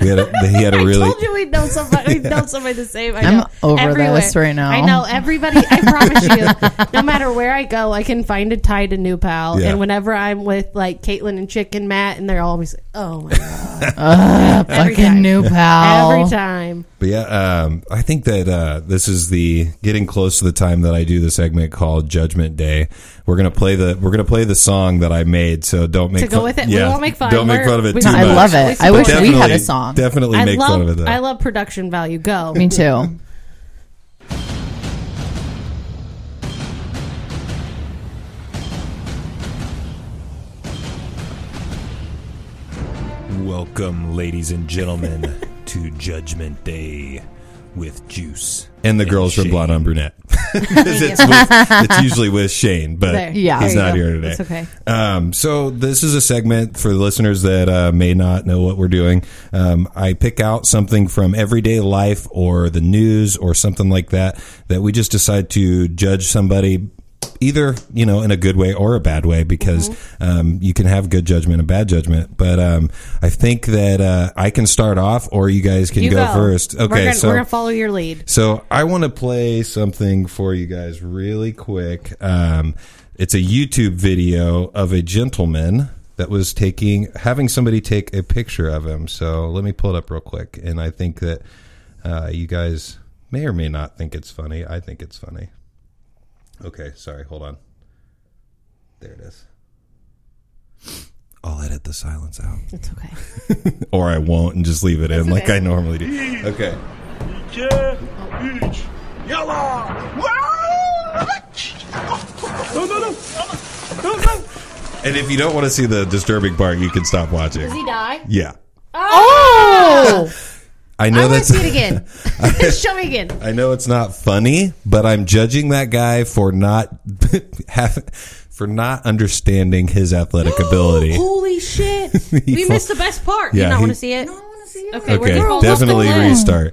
Speaker 2: We had a, he had a
Speaker 4: *laughs* I
Speaker 2: really
Speaker 4: told you we know somebody.
Speaker 2: *laughs*
Speaker 4: We know somebody the same. I
Speaker 3: I'm
Speaker 4: know.
Speaker 3: over this right now.
Speaker 4: I know everybody. I promise you,
Speaker 3: *laughs*
Speaker 4: no matter where I go, I can find a tie to new pal.
Speaker 2: Yeah.
Speaker 4: And whenever I'm with like Caitlin and Chick and Matt, and they're always, like, oh my god,
Speaker 3: *laughs*
Speaker 4: every
Speaker 3: Fucking
Speaker 4: time.
Speaker 3: new pal.
Speaker 4: every time.
Speaker 2: But yeah, um, I think that uh, this is the getting close to the time that I do the segment called Judgment Day. We're gonna play the we're gonna play the song that I made. So don't make
Speaker 4: To go with it? We won't make fun.
Speaker 2: Don't make
Speaker 4: We're-
Speaker 2: fun of it
Speaker 4: we-
Speaker 2: too
Speaker 4: No,
Speaker 2: much.
Speaker 4: I
Speaker 3: love it. I
Speaker 2: But
Speaker 3: wish we had a
Speaker 2: definitely-
Speaker 3: song.
Speaker 2: Definitely
Speaker 4: I
Speaker 2: make
Speaker 4: love.
Speaker 2: fun of it. Though.
Speaker 4: I love production value. Go.
Speaker 3: Me too.
Speaker 2: Welcome, ladies and gentlemen, *laughs* to Judgment Day with Juice and the girls from Blonde on Brunette. *laughs* 'Cause it's, with- it's usually with Shane, but
Speaker 4: There.
Speaker 3: Yeah.
Speaker 2: he's
Speaker 3: There
Speaker 2: not
Speaker 4: you go.
Speaker 2: here today.
Speaker 4: That's okay.
Speaker 2: Um, so this is a segment for the listeners that uh, may not know what we're doing. Um, I pick out something from everyday life or the news or something like that that we just decide to judge somebody. Either you know in a good way or a bad way because
Speaker 4: Mm-hmm.
Speaker 2: um, you can have good judgment and bad judgment, but um, I think that uh, I can start off or you guys can
Speaker 4: You
Speaker 2: go,
Speaker 4: go,
Speaker 2: first.
Speaker 4: We're
Speaker 2: Okay,
Speaker 4: gonna,
Speaker 2: so
Speaker 4: we're gonna follow your lead.
Speaker 2: so I want to play something for you guys really quick. Um, it's a YouTube video of a gentleman that was taking having somebody take a picture of him. So let me pull it up real quick, and I think that uh, you guys may or may not think it's funny. I think it's funny. Okay, sorry, hold on. There it is. I'll edit the silence out, *laughs*
Speaker 4: It's okay.
Speaker 2: or I won't, and just leave it in like I normally do. Okay.
Speaker 1: Yeah, beach. Yalla! Wow! No, no, no! No, no!
Speaker 2: And if you don't want to see the disturbing part, you can stop
Speaker 4: Does
Speaker 2: watching.
Speaker 4: he die?
Speaker 2: Yeah.
Speaker 4: Oh!
Speaker 2: I
Speaker 4: I
Speaker 2: know
Speaker 4: want to
Speaker 2: that's
Speaker 4: see it again. Show me again.
Speaker 2: *laughs* I know it's not funny, but I'm judging that guy for not *laughs* have, for not understanding his athletic ability.
Speaker 4: Holy
Speaker 2: *laughs*
Speaker 4: shit!
Speaker 2: He
Speaker 4: we
Speaker 2: fall-
Speaker 4: missed the best part.
Speaker 2: Yeah,
Speaker 4: you not
Speaker 2: he-
Speaker 4: want to see it? No, I want to see it. Okay,
Speaker 2: Okay,
Speaker 4: we're gonna
Speaker 2: definitely
Speaker 4: off the cliff.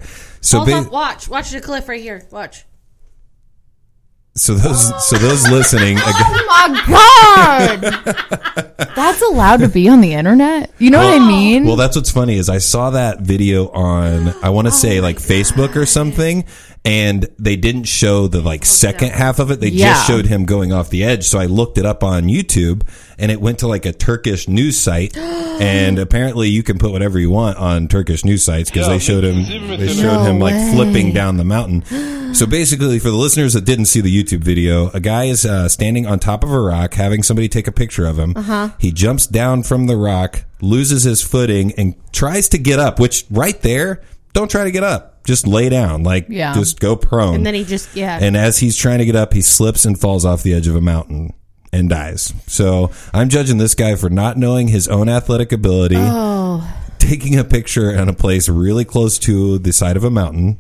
Speaker 2: restart. So
Speaker 4: Hold
Speaker 2: ba-
Speaker 4: up, watch, watch the cliff right here. Watch.
Speaker 2: so those so those listening
Speaker 4: *laughs*
Speaker 2: again,
Speaker 3: Oh my god.
Speaker 2: *laughs*
Speaker 3: That's allowed to be on the internet? You know
Speaker 2: *gasps*
Speaker 3: what I mean?
Speaker 2: Well, that's what's funny is I saw that video on I
Speaker 3: Oh
Speaker 2: want to say like Facebook or something, and they didn't show the like second half of it. They
Speaker 3: Oh, Yeah.
Speaker 2: just showed him going off the edge. So I looked it up on YouTube, and it went to like a Turkish news
Speaker 3: *gasps*
Speaker 2: site, and apparently you can put whatever you want on Turkish news sites because they showed him they showed him like flipping down the
Speaker 4: *gasps*
Speaker 2: mountain. So basically, for the listeners that didn't see the YouTube video, a guy is uh, standing on top of a rock, having somebody take a picture of him. Uh-huh. He jumps down from the rock, loses his footing, and tries to get up. Which right there, don't try to get up. Just lay down, like
Speaker 3: Yeah.
Speaker 2: just go prone.
Speaker 4: And then he just yeah.
Speaker 2: And as he's trying to get up, he slips and falls off the edge of a mountain and dies. So I'm judging this guy for not knowing his own athletic ability,
Speaker 4: Oh.
Speaker 2: taking a picture in a place really close to the side of a mountain,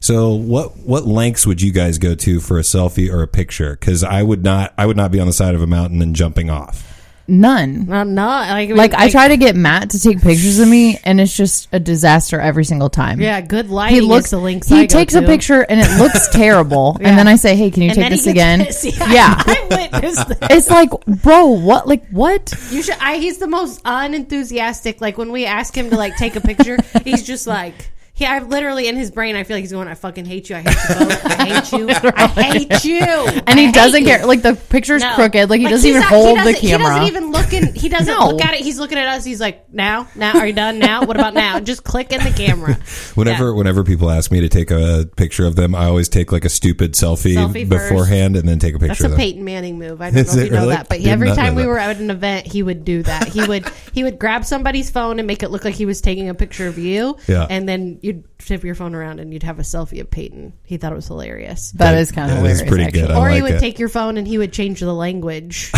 Speaker 2: So what what lengths would you guys go to for a selfie or a picture? Because I would not I would not be on the side of a mountain and jumping off.
Speaker 3: None.
Speaker 4: I'm not like mean,
Speaker 3: Like I try to get Matt to take pictures of me, and it's just a disaster every single time.
Speaker 4: Yeah, good lighting.
Speaker 3: He
Speaker 4: is
Speaker 3: looks.
Speaker 4: the links
Speaker 3: He
Speaker 4: I go
Speaker 3: takes a
Speaker 4: to.
Speaker 3: picture, and it
Speaker 4: *laughs*
Speaker 3: looks terrible.
Speaker 4: Yeah.
Speaker 3: And then I say, "Hey, can you
Speaker 4: And
Speaker 3: take
Speaker 4: then he
Speaker 3: this
Speaker 4: gets
Speaker 3: again?"
Speaker 4: pissed. *laughs*
Speaker 3: Yeah.
Speaker 4: I witnessed that.
Speaker 3: it's like, bro, what? Like what?
Speaker 4: *laughs* You should. I, he's the most unenthusiastic. Like when we ask him to like take a picture, he's just like. He, I literally in his brain, I feel like he's going, "I fucking hate you. I hate you. Both. I hate you. *laughs* I hate you."
Speaker 3: And
Speaker 4: I
Speaker 3: he
Speaker 4: hate
Speaker 3: doesn't
Speaker 4: you."
Speaker 3: care. Like the picture's
Speaker 4: No.
Speaker 3: crooked. Like he doesn't
Speaker 4: he's
Speaker 3: even
Speaker 4: not- he
Speaker 3: hold the
Speaker 4: doesn't-
Speaker 3: camera.
Speaker 4: He doesn't even look in. He doesn't
Speaker 3: *laughs* No.
Speaker 4: look at it. He's looking at us. He's like, "Now, now, are you done? Now, what about now?" Just click in the camera.
Speaker 2: *laughs* Whenever
Speaker 4: Yeah.
Speaker 2: whenever people ask me to take a picture of them, I always take like a stupid selfie,
Speaker 4: Selfie
Speaker 2: beforehand and then take a
Speaker 4: That's
Speaker 2: picture
Speaker 4: a
Speaker 2: of them.
Speaker 4: Peyton Manning move. I don't
Speaker 2: Is
Speaker 4: know if
Speaker 2: it
Speaker 4: you know
Speaker 2: really?
Speaker 4: that, but
Speaker 2: Did
Speaker 4: every
Speaker 2: not
Speaker 4: time
Speaker 2: know
Speaker 4: we
Speaker 2: that.
Speaker 4: were at an event, he would do that. He would he would grab somebody's phone and make it look like he was taking a picture of you,
Speaker 2: Yeah.
Speaker 4: and then you'd tip your phone around and you'd have a selfie of Peyton. He thought it was hilarious.
Speaker 3: that is kind of
Speaker 2: that is
Speaker 3: hilarious.
Speaker 2: pretty
Speaker 3: actually.
Speaker 2: good. I
Speaker 4: or he
Speaker 2: like
Speaker 4: would
Speaker 2: it.
Speaker 4: take your phone and he would change
Speaker 2: *laughs*
Speaker 4: the language.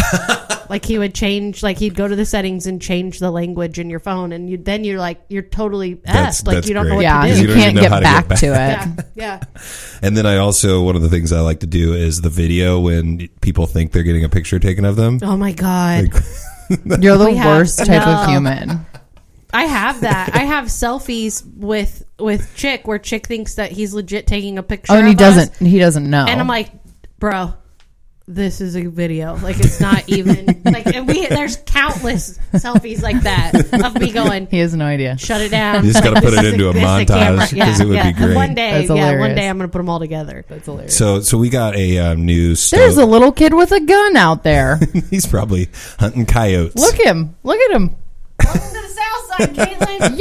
Speaker 4: like he would change, like he'd go to the settings and change the language in your phone, and you then you're like you're totally
Speaker 2: That's-
Speaker 4: effed. Like
Speaker 2: that's
Speaker 4: you don't
Speaker 2: great.
Speaker 4: know what
Speaker 3: Yeah,
Speaker 4: to
Speaker 2: Because
Speaker 4: do.
Speaker 3: you
Speaker 2: you don't even
Speaker 3: can't
Speaker 2: know
Speaker 3: get
Speaker 2: how to
Speaker 3: back,
Speaker 2: get
Speaker 3: to it.
Speaker 4: *laughs* yeah, yeah.
Speaker 2: And then I also one of the things I like to do is the video when people think they're getting a picture taken of them.
Speaker 4: Oh my god.
Speaker 2: *laughs*
Speaker 3: You're the
Speaker 4: We have-
Speaker 3: worst type of
Speaker 4: no.
Speaker 3: human.
Speaker 4: I have that. I
Speaker 2: *laughs*
Speaker 4: have selfies with with chick where chick thinks that he's legit taking a picture.
Speaker 3: Oh, and he
Speaker 4: of
Speaker 3: doesn't.
Speaker 4: us.
Speaker 3: He doesn't know.
Speaker 4: And I'm
Speaker 2: Oh.
Speaker 4: like, bro, this is a video. Like it's
Speaker 2: *laughs*
Speaker 4: not even like. And we there's countless selfies like that of me going.
Speaker 3: he has no idea.
Speaker 4: Shut it down.
Speaker 2: You just gotta
Speaker 4: Like,
Speaker 2: put
Speaker 4: this
Speaker 2: it
Speaker 4: is
Speaker 2: into a
Speaker 4: this is
Speaker 2: montage,
Speaker 4: camera.
Speaker 2: 'cause it would be great.
Speaker 4: One day,
Speaker 3: That's
Speaker 4: yeah, one
Speaker 3: hilarious.
Speaker 4: day I'm gonna put them all together.
Speaker 3: That's hilarious.
Speaker 2: So so we got a um, new
Speaker 3: There's a
Speaker 2: stove.
Speaker 3: little kid with a gun out there.
Speaker 2: *laughs* He's probably hunting coyotes.
Speaker 3: Look him. Look at him.
Speaker 4: Welcome to the south side, Caitlin.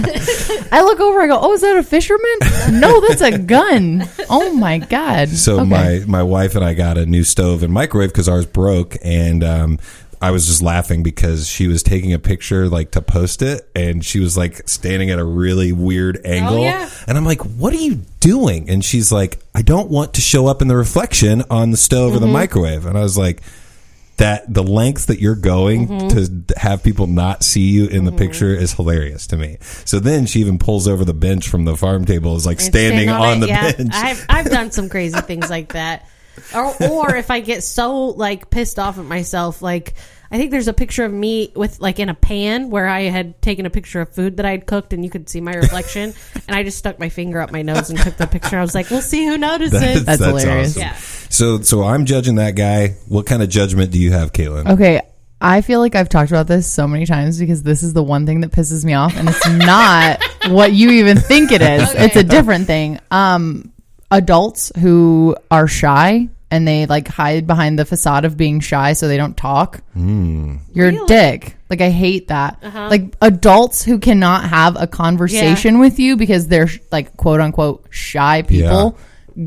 Speaker 4: *laughs*
Speaker 3: I look over. I go, "Oh, is that a fisherman? No, that's a gun. Oh my god."
Speaker 2: So
Speaker 3: Okay.
Speaker 2: my my wife and I got a new stove and microwave because ours broke, and um, I was just laughing because she was taking a picture like to post it, and she was like standing at a really weird angle,
Speaker 4: yeah.
Speaker 2: and I'm like, "What are you doing?" And she's like, "I don't want to show up in the reflection on the stove or the microwave," and I was like. That the lengths that you're going to have people not see you in the picture is hilarious to me. So then she even pulls over the bench from the farm table, is like *laughs* standing
Speaker 4: Stand
Speaker 2: on,
Speaker 4: it,
Speaker 2: the
Speaker 4: yeah.
Speaker 2: bench.
Speaker 4: I've, I've done some crazy things like that. Or, or if I get so like pissed off at myself, like I think there's a picture of me with like in a pan where I had taken a picture of food that I had cooked and you could see
Speaker 2: *laughs*
Speaker 4: my reflection, and I just stuck my finger up my nose and took the picture. I was like, "We'll see who notices."
Speaker 3: That's hilarious.
Speaker 2: awesome.
Speaker 4: Yeah.
Speaker 2: So, so I'm judging that guy. What kind of judgment do you have, Caitlin?
Speaker 3: *laughs* Okay, I feel like I've talked about this so many times because this is the one thing that pisses me off, and
Speaker 4: *laughs*
Speaker 3: it's not what you even think it is. It's a different thing. Um, adults who are shy and they like hide behind the facade of being shy so they don't talk. You're a
Speaker 4: Really? Uh-huh.
Speaker 3: dick. Like I hate that. Like adults who cannot have a conversation with you because they're like quote unquote shy people.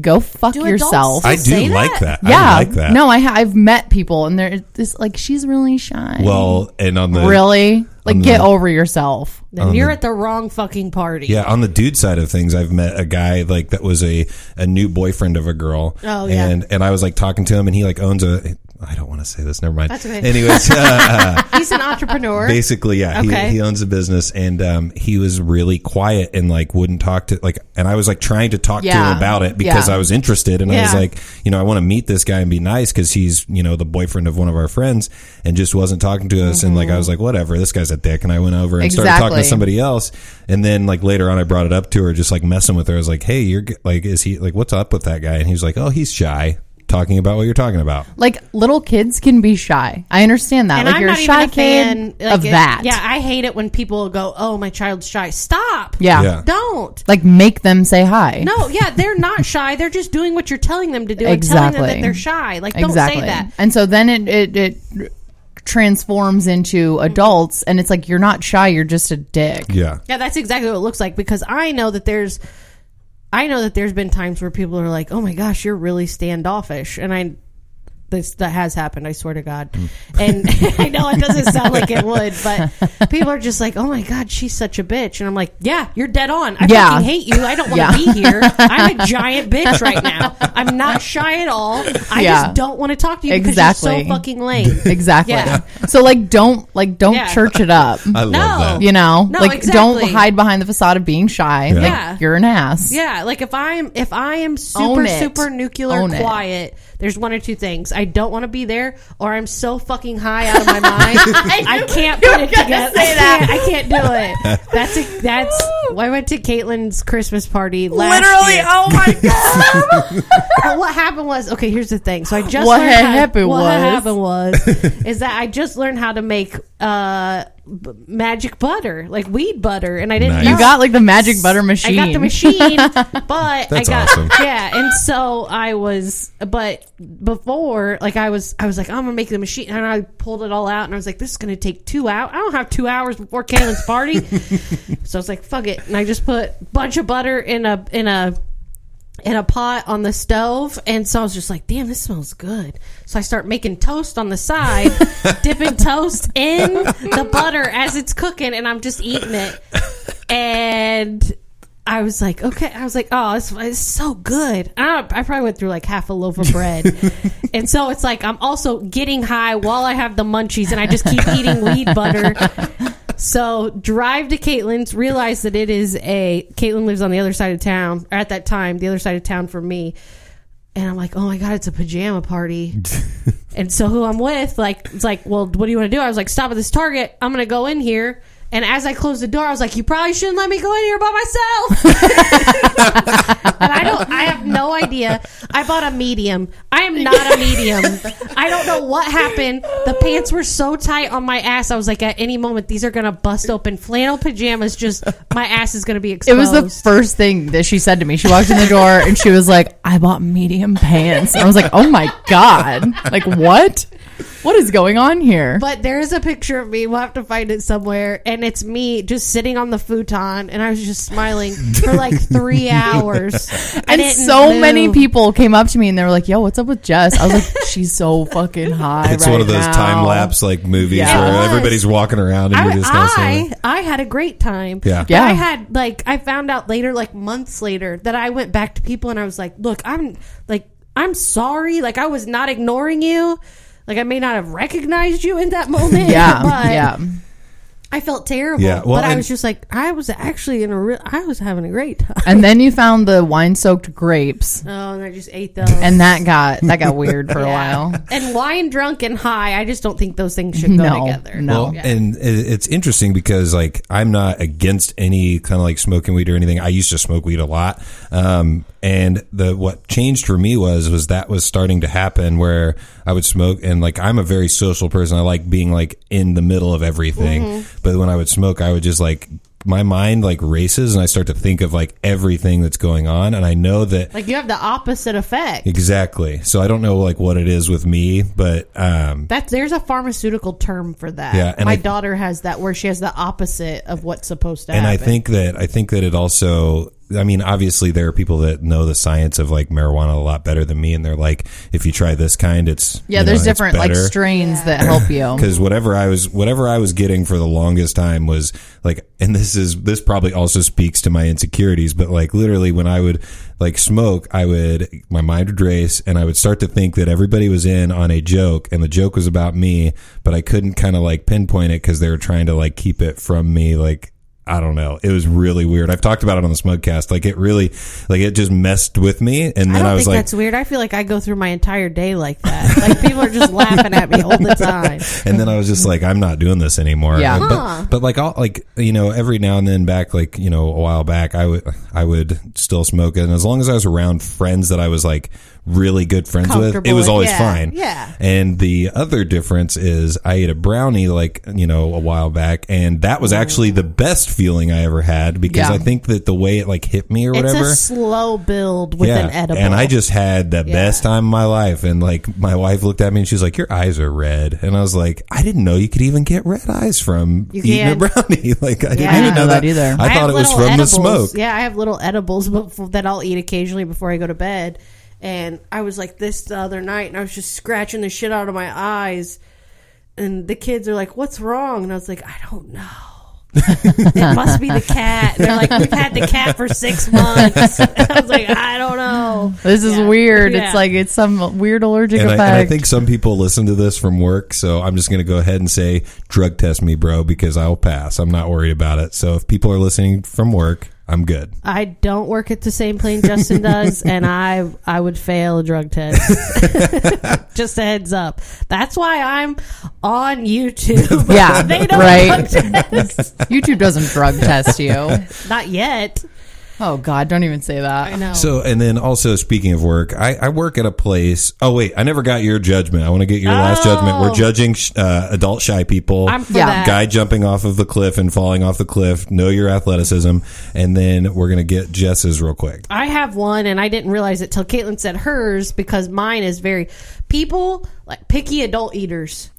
Speaker 3: Go fuck
Speaker 4: Do adults
Speaker 3: yourself.
Speaker 2: I do
Speaker 4: say that?
Speaker 2: like that.
Speaker 3: Yeah,
Speaker 2: I like that.
Speaker 3: No, I ha- I've met people, and they're this like she's really shy.
Speaker 2: Well, and on the
Speaker 3: really, like
Speaker 2: I'm
Speaker 3: get
Speaker 2: the-
Speaker 3: over yourself.
Speaker 4: Then you're at the wrong fucking party.
Speaker 2: Yeah, on the dude side of things, I've met a guy like that was a, a new boyfriend of a girl.
Speaker 4: Oh, yeah.
Speaker 2: and and I was like talking to him, and he like owns a. I don't want to say this. Never mind.
Speaker 4: That's okay.
Speaker 2: Anyways, uh,
Speaker 4: He's an entrepreneur.
Speaker 2: basically, yeah,
Speaker 4: Okay.
Speaker 2: he, he owns a business, and um, he was really quiet and like wouldn't talk to like. And I was like trying to talk to
Speaker 3: Yeah.
Speaker 2: him about it because
Speaker 3: Yeah.
Speaker 2: I was interested, and I was
Speaker 4: Yeah.
Speaker 2: like, you know, I want to meet this guy and be nice because he's you know the boyfriend of one of our friends, and just wasn't talking to us. And like I was like, whatever, this guy's a dick, and I went over and started talking to
Speaker 3: Exactly.
Speaker 2: somebody somebody else. And then like later on, I brought it up to her, just like messing with her. I was like, "Hey, you're g- like, is he like, what's up with that guy?" And he was like, "Oh, he's shy." Talking about what you're talking about.
Speaker 3: Like little kids can be shy. I understand that.
Speaker 4: and
Speaker 3: like
Speaker 4: I'm
Speaker 3: you're a
Speaker 4: not
Speaker 3: shy
Speaker 4: even a fan
Speaker 3: kid
Speaker 4: like,
Speaker 3: of
Speaker 4: it-
Speaker 3: that.
Speaker 4: Yeah, I hate it when people go, "Oh, my child's shy." Stop.
Speaker 3: yeah.
Speaker 2: Yeah.
Speaker 4: Don't.
Speaker 3: Like make them say hi.
Speaker 4: No, yeah, they're not shy. They're just doing what you're telling them to do and telling them that
Speaker 3: Exactly.
Speaker 4: they're shy. Like, don't
Speaker 3: exactly.
Speaker 4: say that.
Speaker 3: And so then it it. it transforms into adults and it's like you're not shy you're just a dick
Speaker 2: Yeah.
Speaker 4: Yeah, that's exactly what it looks like because I know that there's. I know that there's been times where people are like, "Oh my gosh, you're really standoffish," and I, This that has happened. I swear to God.
Speaker 3: Hmm.
Speaker 4: And *laughs* I know it doesn't sound like it would,
Speaker 3: *laughs*
Speaker 4: but people are just like, "Oh my God, she's such a bitch," and I'm like, "Yeah, you're dead on. I
Speaker 3: Yeah.
Speaker 4: fucking hate you. I don't want
Speaker 3: Yeah.
Speaker 4: to be
Speaker 3: *laughs*
Speaker 4: here. I'm a giant bitch right now. I'm not shy at all. I
Speaker 3: Yeah.
Speaker 4: just don't want to talk to you because
Speaker 3: Exactly.
Speaker 4: you're so fucking lame."
Speaker 3: *laughs* Exactly.
Speaker 4: Yeah.
Speaker 3: So like don't like don't
Speaker 4: Yeah.
Speaker 3: church it up.
Speaker 2: *laughs* I love
Speaker 4: No.
Speaker 2: that.
Speaker 3: You know?
Speaker 4: No,
Speaker 3: like don't
Speaker 4: exactly.
Speaker 3: hide behind the facade of being shy.
Speaker 2: Yeah.
Speaker 3: Like
Speaker 4: Yeah.
Speaker 3: you're an ass.
Speaker 4: Yeah, like if I'm if I am
Speaker 3: Own
Speaker 4: super
Speaker 3: it.
Speaker 4: super nuclear
Speaker 3: Own it.
Speaker 4: quiet, there's one or two things. I don't want to be there, or I'm so fucking high out of my mind,
Speaker 3: *laughs*
Speaker 4: I can't put it together. I, can't, I can't do
Speaker 3: *laughs*
Speaker 4: it. That's a, that's. Well, I went to Caitlin's Christmas party last
Speaker 3: Literally,
Speaker 4: year.
Speaker 3: oh *laughs* my god.
Speaker 4: But what happened was okay. Here's the thing. So I just
Speaker 3: What
Speaker 4: learned
Speaker 3: had
Speaker 4: how-
Speaker 3: happened
Speaker 4: what
Speaker 3: was-
Speaker 4: had happened was
Speaker 3: *laughs*
Speaker 4: is that I just learned how to make uh b- magic butter, like weed butter, and I didn't.
Speaker 2: Nice.
Speaker 4: know.
Speaker 3: you got like the magic butter machine.
Speaker 4: I got the machine, but
Speaker 2: That's
Speaker 4: I got
Speaker 2: awesome.
Speaker 4: yeah, and so I was, but before, like I was, I was like, I'm gonna make the machine, and I pulled it all out, and I was like, this is gonna take two hours. I don't have two hours before Kaylin's
Speaker 2: *laughs*
Speaker 4: party, so I was like, fuck it, and I just put a bunch of butter in a in a in a pot on the stove, and so I was just like, damn, this smells good. So I start making toast on the side, dipping toast in the butter as it's cooking, and I'm just eating it and I was like, okay. I was like, oh, this is so good. I, I probably went through like half a loaf of bread, and so it's like I'm also getting high while I have the munchies, and I just keep eating weed butter. So drive to Caitlin's, realize that it is a Caitlin lives on the other side of town, or at that time the other side of town from me, and I'm like, oh my god, it's a pajama party. And so who I'm with, like, it's like, well, what do you want to do? I was like, stop at this Target. I'm gonna go in here. And as I closed the door, I was like, you probably shouldn't let me go in here by myself. *laughs* and I don't, I have no idea. I bought a medium. I am not a medium. I don't know what happened. The pants were so tight on my ass. I was like, at any moment, these are gonna bust open. Flannel pajamas, just my ass is gonna be
Speaker 3: It
Speaker 4: exposed.
Speaker 3: was the first thing that she said to me. She walked in the door and she was like, "I bought medium pants." And I was like, "Oh my god! Like what? What is going on here?"
Speaker 4: But there is a picture of me. We'll have to find it somewhere. And it's me just sitting on the futon, and I was just smiling for like
Speaker 2: *laughs*
Speaker 4: three hours. I
Speaker 3: and
Speaker 4: didn't
Speaker 3: so many
Speaker 4: move.
Speaker 3: people came up to me and they were like, "Yo, what's up with Jess?" I was like, "She's so fucking high."
Speaker 2: It's
Speaker 3: right
Speaker 2: one of those
Speaker 3: now."
Speaker 2: time lapse like movies
Speaker 3: Yeah.
Speaker 4: It
Speaker 2: where
Speaker 4: was.
Speaker 2: everybody's walking around and
Speaker 4: I,
Speaker 2: you're just kind of
Speaker 4: I,
Speaker 2: saying,
Speaker 4: I had a great time.
Speaker 2: Yeah.
Speaker 4: But
Speaker 3: Yeah.
Speaker 4: I had like I found out later, like months later, that I went back to people and I was like, "Look, I'm like I'm sorry. Like I was not ignoring you. Like I may not have recognized you in
Speaker 3: *laughs*
Speaker 4: that moment.
Speaker 3: Yeah,
Speaker 4: *laughs* but
Speaker 3: yeah.
Speaker 4: I felt terrible.
Speaker 2: Yeah, well,
Speaker 4: but I
Speaker 2: and-
Speaker 4: was just like, I was actually in a real. I was having a great time.
Speaker 3: And then you found the wine-soaked grapes,
Speaker 4: Oh, and I just *laughs* ate those.
Speaker 3: and that got that got weird for
Speaker 4: *laughs*
Speaker 3: a
Speaker 4: Yeah.
Speaker 3: while.
Speaker 4: And wine drunk and high, I just don't think those things should go
Speaker 3: No,
Speaker 4: together.
Speaker 3: no.
Speaker 2: well, and it- it's interesting because like I'm not against any kind of like smoking weed or anything. I used to smoke weed a lot, um, and the what changed for me was was that was starting to happen where I would smoke and like I'm a very social person. I like being like in the middle of everything,
Speaker 4: Mm-hmm.
Speaker 2: but when I would smoke, I would just like my mind like races and I start to think of like everything that's going on, and I know that
Speaker 4: Like you have the opposite effect.
Speaker 2: exactly. So I don't know like what it is with me, but um,
Speaker 4: That's there's a pharmaceutical term for that.
Speaker 2: Yeah, and
Speaker 4: My
Speaker 2: I-
Speaker 4: daughter has that where she has the opposite of what's supposed to
Speaker 2: and I
Speaker 4: happen.
Speaker 2: think that I think that it also. I mean, obviously, there are people that know the science of like marijuana a lot better than me, and they're like, if you try this kind, it's
Speaker 3: Yeah, there's different like strains that help you.
Speaker 2: because whatever I was whatever I was getting for the longest time was like, and this is this probably also speaks to my insecurities, but like literally when I would like smoke, I would my mind would race, and I would start to think that everybody was in on a joke, and the joke was about me, but I couldn't kind of like pinpoint it because they were trying to like keep it from me, like I don't know. It was really weird. I've talked about it on the Smugcast. Like it really, like it just messed with me. And then
Speaker 4: I
Speaker 2: I,
Speaker 4: don't
Speaker 2: was
Speaker 4: think
Speaker 2: like,
Speaker 4: that's weird. I feel like I go through my entire day like that. Like people are just laughing at me all
Speaker 2: *laughs*
Speaker 4: the time.
Speaker 2: and then I was just like, I'm not doing this anymore.
Speaker 3: Yeah.
Speaker 2: Uh, But, but like, all like you know, every now and then back, like you know, a while back, I would I would still smoke it, and as long as I was around friends that I was like really good friends with, it
Speaker 4: Comfortable
Speaker 2: was
Speaker 4: with-
Speaker 2: always
Speaker 4: yeah,
Speaker 2: fine.
Speaker 4: yeah.
Speaker 2: And the other difference is I ate a brownie like you know a while back, and that was actually the best feeling I ever had because
Speaker 3: Yeah.
Speaker 2: I think that the way it like hit me or whatever.
Speaker 4: It's a slow build with an edible.
Speaker 2: And I just had the best time of my life. And like my wife looked at me and she's like, Your eyes are red. And I was like, I didn't know you could even get red eyes from
Speaker 4: You
Speaker 2: eating a
Speaker 4: can.
Speaker 2: brownie. *laughs* Like I didn't
Speaker 4: Yeah. I
Speaker 2: even
Speaker 4: didn't
Speaker 2: know
Speaker 3: know
Speaker 2: that
Speaker 3: that either.
Speaker 2: I,
Speaker 4: have
Speaker 2: thought it was
Speaker 4: little
Speaker 2: from
Speaker 4: edibles. *laughs*
Speaker 2: the smoke.
Speaker 4: Yeah, I have little edibles before, that I'll eat occasionally before I go to bed. And I was like this the other night, and I was just scratching the shit out of my eyes. And the kids are like, "What's wrong?" And I was like, "I don't know." it must be the cat. And they're like, "We've had the cat for six months." *laughs* I was like, "I don't know."
Speaker 3: This is
Speaker 4: Yeah.
Speaker 3: weird.
Speaker 4: Yeah.
Speaker 3: It's like it's some weird allergic
Speaker 2: And I,
Speaker 3: effect.
Speaker 2: and I think some people listen to this from work, so I'm just going to go ahead and say, drug test me, bro, because I'll pass. I'm not worried about it. So if people are listening from work, I'm good.
Speaker 4: I don't work at the same plane Justin
Speaker 3: *laughs*
Speaker 4: does, and I I would fail a drug test. Just a heads up. That's why I'm on YouTube.
Speaker 2: *laughs*
Speaker 4: *laughs*
Speaker 3: Yeah,
Speaker 4: they don't
Speaker 3: right.
Speaker 4: drug test.
Speaker 3: *laughs* YouTube doesn't drug test you.
Speaker 4: *laughs* Not yet.
Speaker 3: Oh God, don't even say that.
Speaker 4: I know.
Speaker 2: So, and then also speaking of work, I, I work at a place. Oh, wait, I never got your judgment. I want to get your last
Speaker 4: Oh.
Speaker 2: judgment. We're judging sh- uh, adult shy people.
Speaker 4: I'm for
Speaker 3: Yeah.
Speaker 4: that.
Speaker 2: Guy jumping off of the cliff and falling off the cliff. Know your athleticism. And then we're going to get Jess's real quick.
Speaker 4: I have one, and I didn't realize it till Caitlin said hers because mine is very people like picky
Speaker 2: *laughs*
Speaker 4: adult eaters.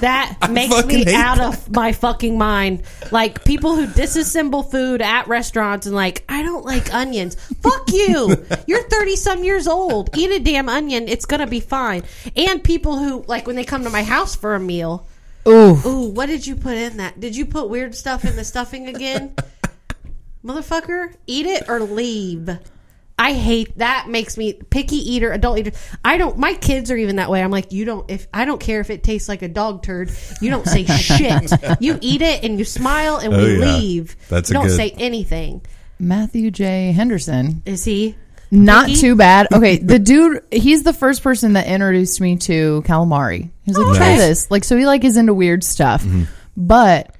Speaker 4: That makes
Speaker 2: fucking
Speaker 4: me
Speaker 2: hate
Speaker 4: out of my fucking mind. Like people who disassemble food at restaurants and like, I don't like onions. Fuck you. You're thirty some years old. Eat a damn onion. It's gonna be fine. And people who like when they come to my house for a meal.
Speaker 3: Ooh,
Speaker 4: Ooh, what did you put in that? Did you put weird stuff in the stuffing again? Motherfucker, eat it or leave. I hate that makes me picky eater, adult eater. I don't my kids are even that way. I'm like, you don't if I don't care if it tastes like a dog turd, you don't
Speaker 3: *laughs*
Speaker 4: say shit. You eat it and you smile and
Speaker 2: Oh,
Speaker 4: we
Speaker 2: yeah.
Speaker 4: leave.
Speaker 2: That's a
Speaker 4: you don't
Speaker 2: good-
Speaker 4: say anything.
Speaker 3: Matthew J. Henderson.
Speaker 4: Is he
Speaker 3: Not
Speaker 4: Picky?
Speaker 3: too bad.
Speaker 2: *laughs*
Speaker 3: Okay, the dude, he's the first person that introduced me to calamari. He's like, try
Speaker 2: Nice. Mm-hmm.
Speaker 3: this. Like, so he like is into weird stuff, but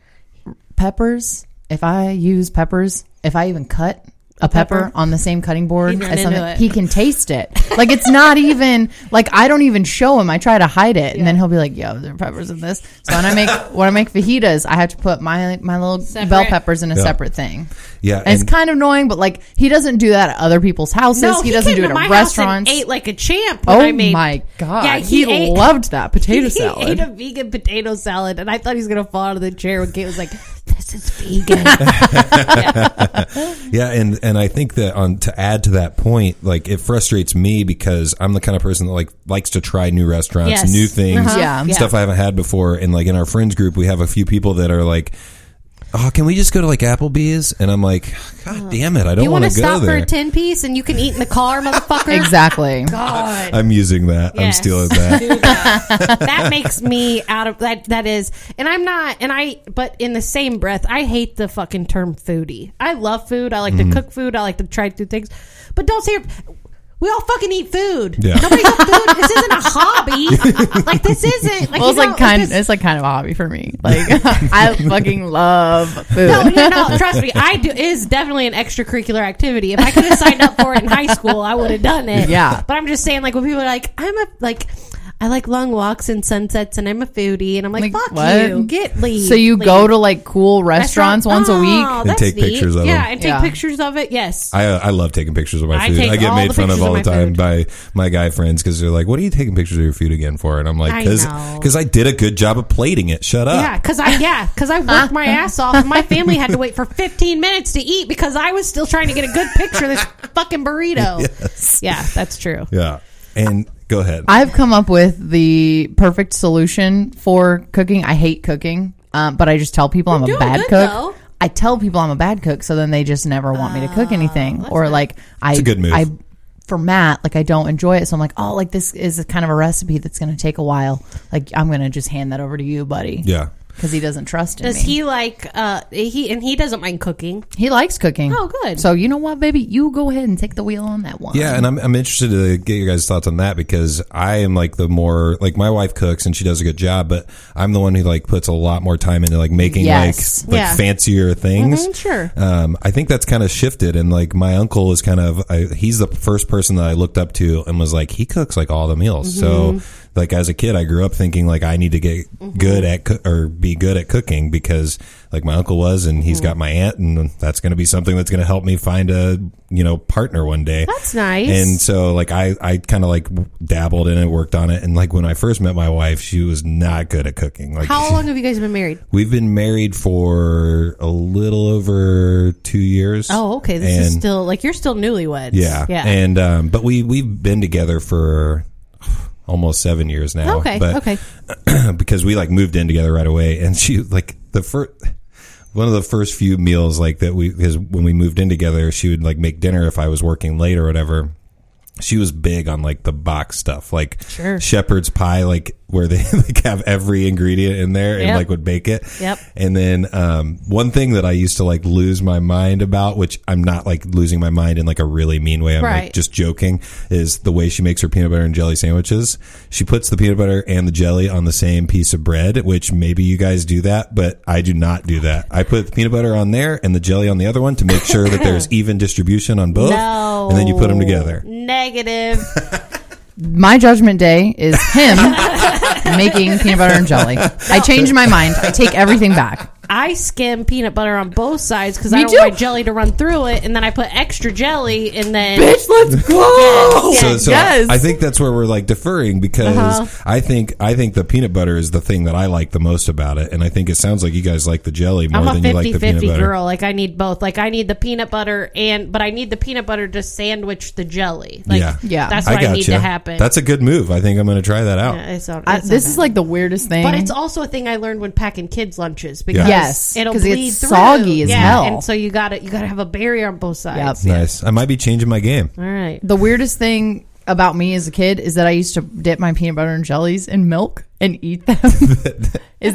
Speaker 3: peppers. If I use peppers, if I even cut a pepper,
Speaker 4: pepper?
Speaker 3: on the same cutting board
Speaker 4: He'd run
Speaker 3: as something,
Speaker 4: into it.
Speaker 3: he can taste it. Like
Speaker 4: *laughs*
Speaker 3: it's not even like I don't even show him. I try to hide it, and then he'll be like, "Yo, there are peppers in this." So when I make when I make fajitas, I have to put my my little bell
Speaker 4: Separate.
Speaker 3: peppers in a
Speaker 2: Yeah.
Speaker 3: separate thing.
Speaker 2: Yeah.
Speaker 3: And it's kind of annoying, but like he doesn't do that at other people's houses. he, doesn't
Speaker 4: came
Speaker 3: do
Speaker 4: to
Speaker 3: it
Speaker 4: my
Speaker 3: at
Speaker 4: house and
Speaker 3: restaurants.
Speaker 4: Ate like a champ. when
Speaker 3: oh
Speaker 4: I made-
Speaker 3: my god,
Speaker 4: Yeah,
Speaker 3: he,
Speaker 4: ate- *laughs*
Speaker 3: loved that
Speaker 4: He ate
Speaker 3: potato
Speaker 4: a *laughs*
Speaker 3: salad.
Speaker 4: vegan potato salad, and I thought he was gonna fall out of the chair when Kate was like, "This is vegan."
Speaker 2: Yeah, and and I think that on to add to that point, like it frustrates me because I'm the kind of person that like likes to try new restaurants,
Speaker 4: Yes.
Speaker 2: new things,
Speaker 3: Uh-huh. Yeah.
Speaker 2: stuff I haven't had before. And like in our friends group, we have a few people that are like, "Oh, can we just go to like Applebee's?" And I'm like, "God damn it, I don't
Speaker 4: Uh-huh. you want to
Speaker 2: to go
Speaker 4: stop for
Speaker 2: there."
Speaker 4: a ten piece, and you can eat in
Speaker 2: *laughs*
Speaker 4: the car, motherfucker.
Speaker 3: exactly.
Speaker 4: God.
Speaker 2: I'm using that. I'm
Speaker 4: Yes.
Speaker 2: stealing that.
Speaker 4: *laughs* do that. That makes me out of that. That is, and I'm not, and I, but in the same breath, I hate the fucking term foodie. I love food. I like
Speaker 2: Mm-hmm.
Speaker 4: to cook food. I like to try new things, but don't say. We all fucking eat food.
Speaker 2: Yeah.
Speaker 4: Nobody's a food. This isn't a
Speaker 2: *laughs*
Speaker 4: hobby. like this isn't. Like,
Speaker 3: Well, it's
Speaker 4: you know,
Speaker 3: like kind.
Speaker 4: this-
Speaker 3: it's like kind of a hobby for me. Like *laughs* I fucking love food.
Speaker 4: No, no, Oh, no. Trust me, I do. It is definitely an extracurricular activity. If I could have signed up for it in high school, I would have done it.
Speaker 3: Yeah.
Speaker 4: But I'm just saying, like when people are like, I'm a like. I like long walks and sunsets, and I'm a foodie. And I'm like,
Speaker 3: Like,
Speaker 4: fuck
Speaker 3: what?
Speaker 4: you, get leave.
Speaker 3: so you
Speaker 4: leave.
Speaker 3: go to like cool
Speaker 4: Restaurant-
Speaker 3: restaurants once a
Speaker 4: Oh,
Speaker 3: week.
Speaker 4: that's
Speaker 2: take
Speaker 4: neat.
Speaker 2: pictures of
Speaker 4: yeah,
Speaker 2: them. Uh,
Speaker 4: and take
Speaker 3: Yeah.
Speaker 4: pictures of it. Yes,
Speaker 2: I, I love taking pictures of my
Speaker 4: I
Speaker 2: food.
Speaker 4: take
Speaker 2: I get
Speaker 4: all
Speaker 2: made
Speaker 4: the
Speaker 2: fun of
Speaker 4: pictures
Speaker 2: all the
Speaker 4: of my
Speaker 2: time
Speaker 4: food.
Speaker 2: by my guy friends because they're like, "What are you taking pictures of your food again for?" And I'm like,
Speaker 4: I
Speaker 2: "Cause,
Speaker 4: know.
Speaker 2: 'cause I did a good job of plating it. Shut up." *laughs*
Speaker 4: yeah, because I yeah, because I worked
Speaker 3: *laughs*
Speaker 4: my ass off, and my family had to wait for 15 minutes to eat because I was still trying to get a good picture of this
Speaker 2: *laughs*
Speaker 4: fucking burrito. Yeah, that's true.
Speaker 2: Yeah. And go ahead.
Speaker 3: I've come up with the perfect solution for cooking. I hate cooking, um, but I just tell people I'm a
Speaker 4: doing
Speaker 3: bad
Speaker 4: good,
Speaker 3: cook.
Speaker 4: though. Oh,
Speaker 3: I tell people I'm a bad cook, so then they just never want me to cook anything. Or like I,
Speaker 2: a good move.
Speaker 3: I for Matt, like I don't enjoy it, so I'm like, oh, like this is a kind of a recipe that's going to take a while. Like I'm going to just hand that over to you, buddy.
Speaker 2: yeah.
Speaker 3: because he doesn't trust in
Speaker 4: Does
Speaker 3: me.
Speaker 4: he like uh he and he doesn't mind cooking?
Speaker 3: He likes cooking.
Speaker 4: Oh, good.
Speaker 3: So you know what, baby, you go ahead and take the wheel on that one.
Speaker 2: Yeah, and I'm I'm interested to get your guys' thoughts on that because I am like the more like my wife cooks and she does a good job, but I'm the one who like puts a lot more time into like making
Speaker 3: Yes.
Speaker 2: like like
Speaker 4: Yeah.
Speaker 2: fancier things.
Speaker 4: Mhm, sure.
Speaker 2: Um, I think that's kind of shifted, and like my uncle is kind of I, he's the first person that I looked up to and was like he cooks like all the meals, so
Speaker 4: Mm-hmm.
Speaker 2: like as a kid, I grew up thinking like I need to get good at coo- or be good at cooking because like my uncle was, and
Speaker 4: Mm-hmm.
Speaker 2: he's got my aunt, and that's going to be something that's going to help me find a you know partner one day.
Speaker 4: That's nice.
Speaker 2: And so like I I kind of like dabbled in it, worked on it, and like when I first met my wife, she was not good at cooking. Like
Speaker 4: How long have you guys been married?
Speaker 2: We've been married for a little over two years.
Speaker 4: Oh, okay. This is
Speaker 2: And-
Speaker 4: still like you're still newlyweds.
Speaker 2: yeah,
Speaker 4: yeah.
Speaker 2: And um, but we we've been together for almost seven years now.
Speaker 4: okay,
Speaker 2: but,
Speaker 4: okay.
Speaker 2: *laughs* because we like moved in together right away, and she like the first. One of the first few meals like that we because when we moved in together, she would like make dinner if I was working late or whatever. She was big on like the box stuff, like
Speaker 4: Sure.
Speaker 2: shepherd's pie, like where they *laughs* like have every ingredient in there and
Speaker 4: Yep.
Speaker 2: like would bake it.
Speaker 4: Yep.
Speaker 2: And then um, one thing that I used to like lose my mind about, which I'm not like losing my mind in like a really mean way. I'm like
Speaker 4: Right.
Speaker 2: just joking. Is the way she makes her peanut butter and jelly sandwiches. She puts the peanut butter and the jelly on the same piece of bread, which maybe you guys do that, but I do not do that. I put the peanut butter on there and the jelly on the other one to make sure
Speaker 4: *laughs*
Speaker 2: that there's even distribution on both.
Speaker 4: No.
Speaker 2: And then you put them together. *laughs*
Speaker 4: Negative.
Speaker 3: My judgment day is *laughs* him making peanut butter and jelly. I changed my mind. I take everything *laughs* back.
Speaker 4: I skim peanut butter on both sides because I
Speaker 3: Me
Speaker 4: don't
Speaker 3: too.
Speaker 4: want jelly to run through it, and then I put extra jelly, and then
Speaker 3: let's *laughs* go.
Speaker 2: so, so
Speaker 3: yes.
Speaker 2: I think that's where we're like deferring because
Speaker 4: Uh-huh.
Speaker 2: I think I think the peanut butter is the thing that I like the most about it, and I think it sounds like you guys like the jelly more
Speaker 4: I'm a
Speaker 2: than you like
Speaker 4: 50
Speaker 2: the peanut
Speaker 4: 50
Speaker 2: butter.
Speaker 4: girl. Like, I need both. Like, I need the peanut butter and, but I need the peanut butter to sandwich the jelly. Like,
Speaker 2: Yeah.
Speaker 3: Yeah.
Speaker 4: that's
Speaker 2: I
Speaker 4: what I,
Speaker 2: gotcha.
Speaker 4: need to happen.
Speaker 2: That's a good move. I think I'm going to try that out.
Speaker 4: Yeah, it's not-
Speaker 3: I,
Speaker 4: it's not
Speaker 3: this
Speaker 4: bad.
Speaker 3: is like the weirdest thing.
Speaker 4: But it's also a thing I learned when packing kids lunches because
Speaker 3: Yes,
Speaker 4: it'll
Speaker 3: 'cause
Speaker 4: bleed
Speaker 3: it's
Speaker 4: through.
Speaker 3: soggy as
Speaker 4: yeah,
Speaker 3: hell.
Speaker 4: and so you got to you got to have a barrier on both sides.
Speaker 3: Yep.
Speaker 2: Nice. I might be changing my game.
Speaker 4: All right.
Speaker 3: the weirdest thing about me as a kid is that I used to dip my peanut butter and jellies in milk and eat *laughs* them. is that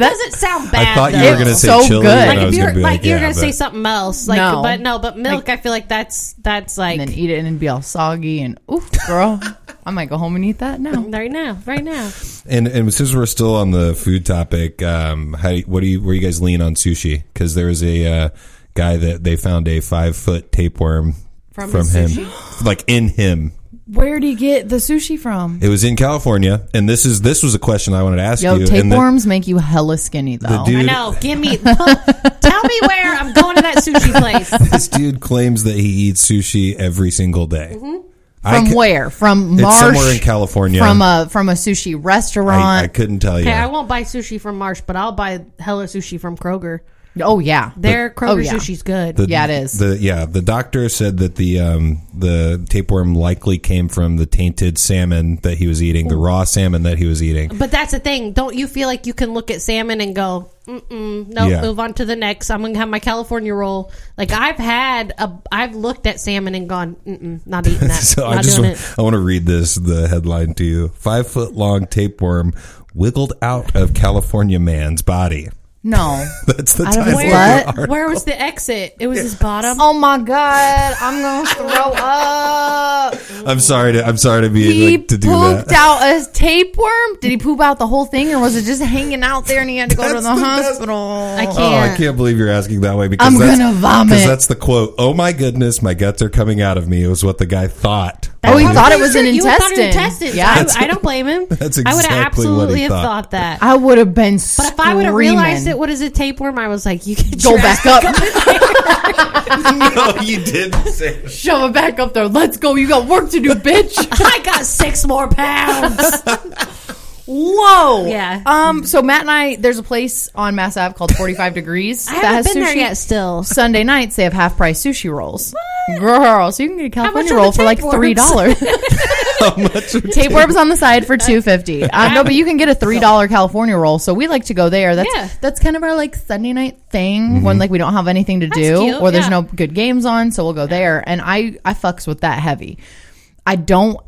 Speaker 4: Doesn't sound bad.
Speaker 2: I thought you
Speaker 4: though.
Speaker 2: were going to say
Speaker 3: So
Speaker 2: chili,
Speaker 3: good.
Speaker 2: and I
Speaker 3: Like,
Speaker 4: Like
Speaker 2: was
Speaker 4: if
Speaker 2: going
Speaker 4: you're
Speaker 2: to be
Speaker 4: like,
Speaker 2: like,
Speaker 4: you're
Speaker 2: yeah,
Speaker 4: gonna say
Speaker 2: but-
Speaker 4: something else, like
Speaker 3: No.
Speaker 4: but no, but milk. I feel like that's that's like
Speaker 3: and then eat it and it'd be all soggy and oof, girl. I might go home and eat that now.
Speaker 4: right now, right now.
Speaker 2: and and since we're still on the food topic, um, how do you, what do you where you guys lean on sushi? Because there was a uh, guy that they found a five foot tapeworm
Speaker 4: From
Speaker 2: from,
Speaker 4: his
Speaker 2: him, like in him.
Speaker 3: Where do you get the sushi from?
Speaker 2: It was in California, and this is this was a question I wanted to ask
Speaker 3: Yo,
Speaker 2: you. and the-
Speaker 3: tapeworms make you hella skinny though.
Speaker 2: dude-
Speaker 4: I know. Give me. tell me where I'm going to that
Speaker 2: *laughs*
Speaker 4: sushi place.
Speaker 2: *laughs* this dude claims that he eats sushi every single day. I
Speaker 3: from
Speaker 2: ca-
Speaker 3: where? From
Speaker 2: It's
Speaker 3: Mm-hmm. marsh.
Speaker 2: somewhere in California.
Speaker 3: From a from a sushi
Speaker 2: I, I
Speaker 3: restaurant.
Speaker 2: couldn't tell you.
Speaker 4: Okay, I won't buy sushi from Marsh, but I'll buy hella sushi from Kroger.
Speaker 3: oh yeah,
Speaker 4: Their Kroger
Speaker 3: yeah.
Speaker 4: sushi's good.
Speaker 2: The-
Speaker 3: Yeah, it is.
Speaker 2: The, yeah, the doctor said that the um, the tapeworm likely came from the tainted salmon that he was eating, the raw salmon that he was eating.
Speaker 4: but that's the thing. Don't you feel like you can look at salmon and go, mm-mm, no,
Speaker 2: Yeah.
Speaker 4: move on to the next. I'm going to have my California roll. Like, I've had, a, I've looked at salmon and gone, mm-mm, not
Speaker 2: *laughs*
Speaker 4: eating that.
Speaker 2: *laughs* So
Speaker 4: not
Speaker 2: I just
Speaker 4: doing
Speaker 2: want, I want to read this the headline to you: five foot long tapeworm wiggled out of California man's body. *laughs*
Speaker 3: No.
Speaker 2: That's the
Speaker 3: Out of
Speaker 2: title. of
Speaker 3: where?
Speaker 2: the
Speaker 3: What?
Speaker 4: it.
Speaker 2: article.
Speaker 4: Where was the exit? It was his bottom.
Speaker 3: oh my god, I'm gonna throw up.
Speaker 2: I'm sorry to I'm sorry to be
Speaker 3: He
Speaker 2: like, to do that.
Speaker 3: pooped out a tapeworm. Did he poop out the whole thing, or was it just hanging out there and he had to go to
Speaker 2: That's
Speaker 3: the,
Speaker 2: the best-
Speaker 3: hospital?
Speaker 4: I can't.
Speaker 2: Oh, I can't believe you're asking that way because
Speaker 3: I'm
Speaker 2: that's,
Speaker 3: gonna vomit.
Speaker 2: 'cause that's the quote. Oh my goodness, my guts are coming out of me. Was what the guy thought.
Speaker 3: Oh, he
Speaker 2: Um,
Speaker 3: thought
Speaker 2: *laughs*
Speaker 3: it was an
Speaker 4: You thought it was
Speaker 3: intestine.
Speaker 4: intestines.
Speaker 3: Yeah.
Speaker 4: I, I don't blame him.
Speaker 2: That's
Speaker 4: I would
Speaker 2: exactly what he
Speaker 4: have absolutely have
Speaker 2: thought.
Speaker 4: thought that.
Speaker 3: I would have been. But
Speaker 4: But if I would have realized it, what is a tapeworm? I was like, you could
Speaker 3: go back up, *laughs*
Speaker 2: no, you didn't say.
Speaker 3: *laughs* shove it back up there. Let's go. You got work to do, bitch.
Speaker 4: *laughs* *laughs* I got six more pounds.
Speaker 3: Whoa.
Speaker 4: Yeah.
Speaker 3: Um. So Matt and I, there's a place on Mass Ave called 45 Degrees.
Speaker 4: I haven't been there yet.
Speaker 3: Still.
Speaker 4: Still,
Speaker 3: Sunday nights they have half price sushi rolls. Girl, so you can get a California
Speaker 4: are the
Speaker 3: roll for like
Speaker 4: tapeworms? *laughs*
Speaker 3: three dollars. Tapeworms on the side for two fifty. Uh, no, but you can get a three dollar California roll. So we like to go there. That's
Speaker 4: Yeah.
Speaker 3: that's kind of our like Sunday night thing when like we don't have anything to do
Speaker 4: cute,
Speaker 3: or there's
Speaker 4: yeah.
Speaker 3: no good games on, so we'll go there. And I I fucks with that heavy. I don't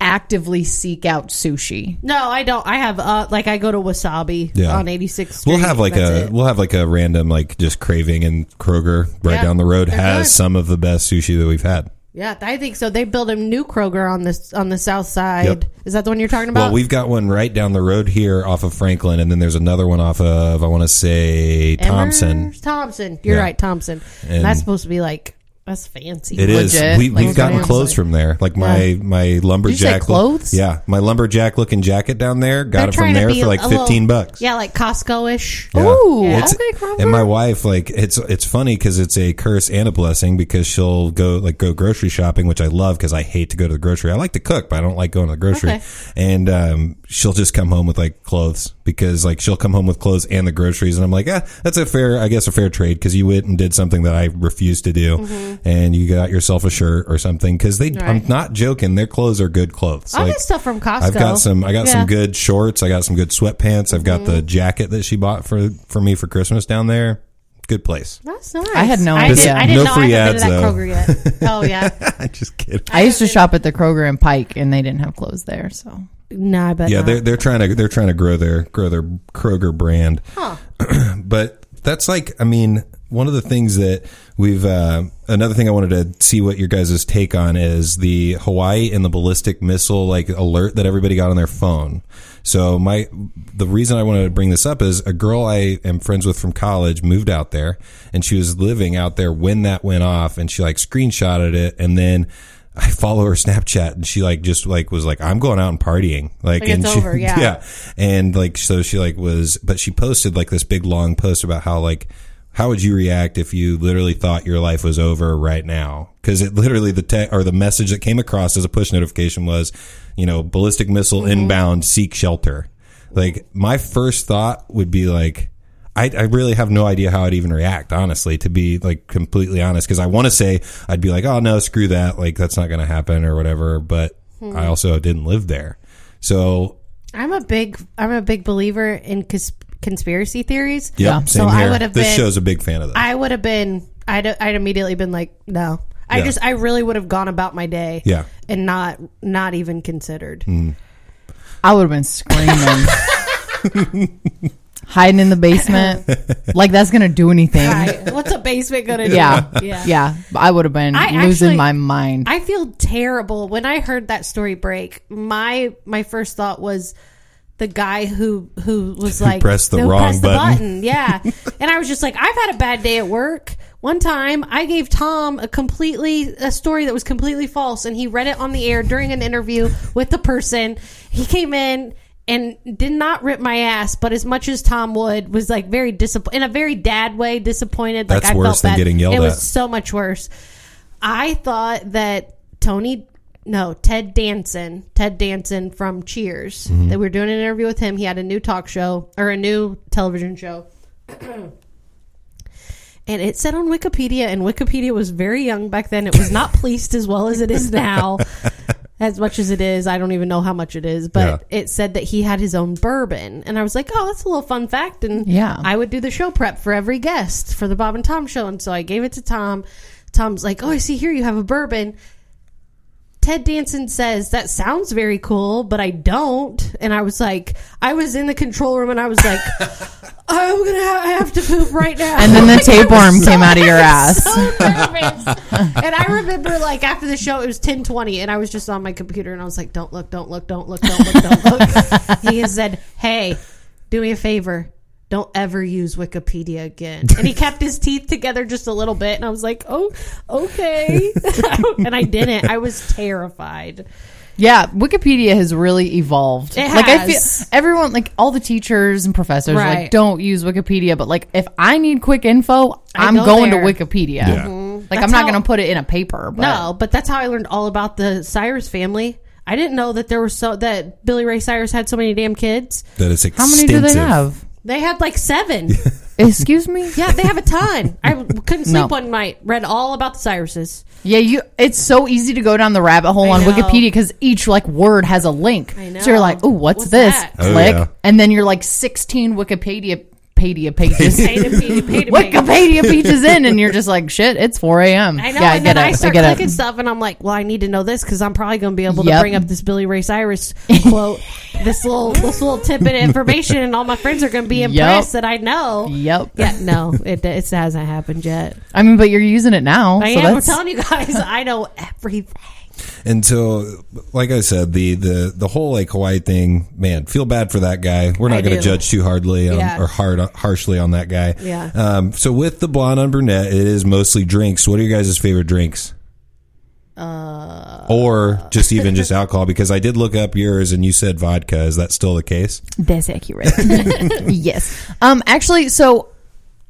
Speaker 3: actively seek out sushi.
Speaker 4: no, I don't. I have uh, like I go to Wasabi
Speaker 2: Yeah.
Speaker 4: on 86th Street.
Speaker 2: We'll have like a
Speaker 4: That's it.
Speaker 2: we'll have like a random like just craving and Kroger right
Speaker 4: Yeah,
Speaker 2: down the road
Speaker 4: they're
Speaker 2: has
Speaker 4: good.
Speaker 2: some of the best sushi that we've had.
Speaker 4: yeah. I think so. They built a new Kroger on this on the south side.
Speaker 2: Yep.
Speaker 4: Is that the one you're talking about?
Speaker 2: Well, we've got one right down the road here off of Franklin, and then there's another one off of I want to say Thompson.
Speaker 4: Emmer's Thompson. You're
Speaker 2: Yeah.
Speaker 4: right, Thompson.
Speaker 2: And-
Speaker 4: That's supposed to be like That's fancy.
Speaker 2: It is.
Speaker 3: Legit,
Speaker 2: We,
Speaker 3: like,
Speaker 2: we've gotten
Speaker 3: damn,
Speaker 2: clothes
Speaker 3: like-
Speaker 2: from there. Like my my lumberjack
Speaker 3: clothes?
Speaker 2: yeah, my lumberjack looking jacket down there. Got
Speaker 4: They're
Speaker 2: it from
Speaker 4: trying to
Speaker 2: there
Speaker 4: be
Speaker 2: for like
Speaker 4: a little-
Speaker 2: fifteen bucks.
Speaker 4: Yeah, like Costco ish.
Speaker 2: Yeah.
Speaker 3: Ooh.
Speaker 2: It's-
Speaker 4: Okay, Crawford.
Speaker 2: and my wife like it's it's funny because it's a curse and a blessing because she'll go like go grocery shopping, which I love because I hate to go to the grocery. I like to cook, but I don't like going to the grocery.
Speaker 4: Okay.
Speaker 2: And um, she'll just come home with like clothes because like she'll come home with clothes and the groceries, and I'm like, ah, that's a fair, I guess, a fair trade because you went and did something that I refused to do, and you got yourself a shirt or something because they. I'm
Speaker 4: Mm-hmm. Right.
Speaker 2: not joking. Their clothes are good clothes.
Speaker 4: I'll get stuff from Costco.
Speaker 2: I've got some. I got
Speaker 4: Yeah.
Speaker 2: some good shorts. I got some good sweatpants. I've got the jacket that she bought for for me for Christmas down there. Good place.
Speaker 4: That's nice.
Speaker 3: I had no idea.
Speaker 4: I, did, I didn't
Speaker 2: No
Speaker 4: know
Speaker 2: free
Speaker 4: I hadn't been to that
Speaker 2: ads,
Speaker 4: Kroger yet.
Speaker 2: *laughs*
Speaker 4: Oh yeah.
Speaker 2: I *laughs* just kidding.
Speaker 3: I used to shop at the Kroger and Pike, and they didn't have clothes there. So
Speaker 4: no, I bet.
Speaker 2: Yeah,
Speaker 4: not.
Speaker 2: they're they're trying to they're trying to grow their grow their Kroger brand. but that's like I mean one of the things that we've uh, another thing I wanted to see what your guys' take on is the Hawaii and the ballistic missile like alert that everybody got on their phone. So my the reason I wanted to bring this up is a girl I am friends with from college moved out there and she was living out there when that went off and she like screenshotted it and then I follow her Snapchat and she like just like was like I'm going out and partying like,
Speaker 4: Like,
Speaker 2: and
Speaker 4: it's
Speaker 2: she, *laughs*
Speaker 4: over, yeah.
Speaker 2: yeah and like so she like was but she posted like this big long post about how like how would you react if you literally thought your life was over right now because it literally the te- or the message that came across as a push notification was you know ballistic missile inbound seek shelter like my first thought would be like I, I really have no idea how I'd even react, honestly, to be like completely honest, because I want to say I'd be like, oh no, screw that, like that's not going to happen or whatever. But I also didn't live there, so
Speaker 4: I'm a big. I'm a big believer in cons- conspiracy theories.
Speaker 2: Yeah, same
Speaker 4: So I
Speaker 2: here.
Speaker 4: would have
Speaker 2: this
Speaker 4: been-
Speaker 2: show's a big fan of that.
Speaker 4: I would have been. I'd. I'd immediately been like, no. I
Speaker 2: Yeah.
Speaker 4: just. I really would have gone about my day.
Speaker 2: Yeah. Mm.
Speaker 4: And not. Not even considered.
Speaker 3: I would have been screaming, hiding in the basement. Like that's gonna do anything.
Speaker 4: Right. What's a basement gonna do?
Speaker 3: *laughs* Yeah.
Speaker 4: Yeah.
Speaker 3: yeah, I would have been
Speaker 4: I
Speaker 3: losing
Speaker 4: actually-
Speaker 3: my mind.
Speaker 4: I feel terrible when I heard that story break. My my first thought was the guy who who was like
Speaker 2: pressed the
Speaker 4: who
Speaker 2: wrong
Speaker 4: pressed
Speaker 2: button. *laughs*
Speaker 4: Yeah, and I was just like, I've had a bad day at work. One time, I gave Tom a completely a story that was completely false, and he read it on the air during an interview with the person. He came in. And did not rip my ass, but as much as Tom would, was like very disappointed in a very dad way, disappointed. Like
Speaker 2: That's
Speaker 4: I
Speaker 2: worse
Speaker 4: felt
Speaker 2: than
Speaker 4: bad.
Speaker 2: getting yelled
Speaker 4: It was
Speaker 2: at.
Speaker 4: so much worse. I thought that Tony, no, Ted Danson, Ted Danson from Cheers, that we were doing an interview with him. He had a new talk show or a new television show. *clears throat* And it said on Wikipedia, and Wikipedia was very young back then. It was not policed as well as it is now. As much as it is, I don't even know how much it is, but it said that he had his own bourbon. And I was like, oh, that's a little fun fact. And
Speaker 3: Yeah.
Speaker 4: I would do the show prep for every guest for the Bob and Tom show. And so I gave it to Tom. Tom's like, oh, I see here you have a bourbon. Ted Danson says, That sounds very cool, but I don't. And I was like, I was in the control room and I was
Speaker 3: *laughs*
Speaker 4: like, I'm going to have, I have to poop right now.
Speaker 3: And then
Speaker 4: *laughs*
Speaker 3: the
Speaker 4: Like, I was
Speaker 3: tapeworm came out of
Speaker 4: *laughs*
Speaker 3: your
Speaker 4: I was
Speaker 3: ass.
Speaker 4: so nervous. and I remember, like, after the show, it was 1020 and I was just on my computer and I was like, Don't look, don't look, don't look, don't look, don't look. he has said, Hey, do me a favor. Don't ever use Wikipedia again. And he kept his teeth together just a little bit. And I was like, oh, okay. *laughs* and I didn't. I was terrified.
Speaker 3: yeah, Wikipedia has really evolved.
Speaker 4: It
Speaker 3: like I feel
Speaker 4: has.
Speaker 3: everyone, like all the teachers and professors, are
Speaker 4: Right.
Speaker 3: like don't use Wikipedia. But like if I need quick info,
Speaker 4: I
Speaker 3: I'm
Speaker 4: go
Speaker 3: going
Speaker 4: there. Mm-hmm.
Speaker 3: to Wikipedia.
Speaker 2: Yeah.
Speaker 3: Like
Speaker 4: That's
Speaker 3: I'm not
Speaker 4: how-
Speaker 3: going to put it in a paper. But
Speaker 4: No, Oh, but that's how I learned all about the Cyrus family. I didn't know that there were so that Billy Ray Cyrus had so many damn kids.
Speaker 2: that it's
Speaker 3: how
Speaker 2: extensive.
Speaker 3: many do they have?
Speaker 4: They had like seven.
Speaker 3: Excuse me.
Speaker 4: yeah, they have a ton. I couldn't sleep
Speaker 3: No.
Speaker 4: one night. Read all about the Cyruses.
Speaker 3: Yeah, you. It's so easy to go down the rabbit hole
Speaker 4: I
Speaker 3: on
Speaker 4: know.
Speaker 3: Wikipedia because each like word has a link.
Speaker 4: I know.
Speaker 3: So you're like, oh, what's,
Speaker 4: What's
Speaker 3: this?
Speaker 4: that?
Speaker 2: Oh,
Speaker 3: Click,
Speaker 2: yeah.
Speaker 3: and then you're like 16 Wikipedia pedia pages.
Speaker 4: Wikipedia.
Speaker 3: *laughs* Wikipedia pages in, and you're just like, shit. It's 4 a.m.
Speaker 4: I know,
Speaker 3: Yeah, I
Speaker 4: and
Speaker 3: get
Speaker 4: then I
Speaker 3: it. I
Speaker 4: start
Speaker 3: get
Speaker 4: clicking
Speaker 3: it.
Speaker 4: stuff, and I'm like, "Well, I need to know this because I'm probably going to be able to
Speaker 3: Yep.
Speaker 4: bring up this Billy Ray
Speaker 3: *laughs*
Speaker 4: Cyrus quote, this little this little tidbit of information, and all my friends are going to be impressed that I know."
Speaker 3: Yep.
Speaker 4: Yeah, no, it, it hasn't happened yet.
Speaker 3: I mean, but you're using it now.
Speaker 4: I
Speaker 3: so
Speaker 4: am. I'm
Speaker 3: that's, *laughs*
Speaker 4: telling you guys, I know everything.
Speaker 2: And so, like I said, the the the whole like Hawaii thing, man, feel bad for that guy. We're
Speaker 4: I
Speaker 2: not going to
Speaker 4: do.
Speaker 2: judge too hardly on,
Speaker 4: Yeah.
Speaker 2: or hard harshly on that guy.
Speaker 4: Yeah.
Speaker 2: Um, so with the blonde on brunette, it is mostly drinks. What are your guys' favorite drinks? Uh, or just even just alcohol because I did look up yours and you said vodka. Is that still the case?
Speaker 3: That's accurate. *laughs* yes. Um. Actually, so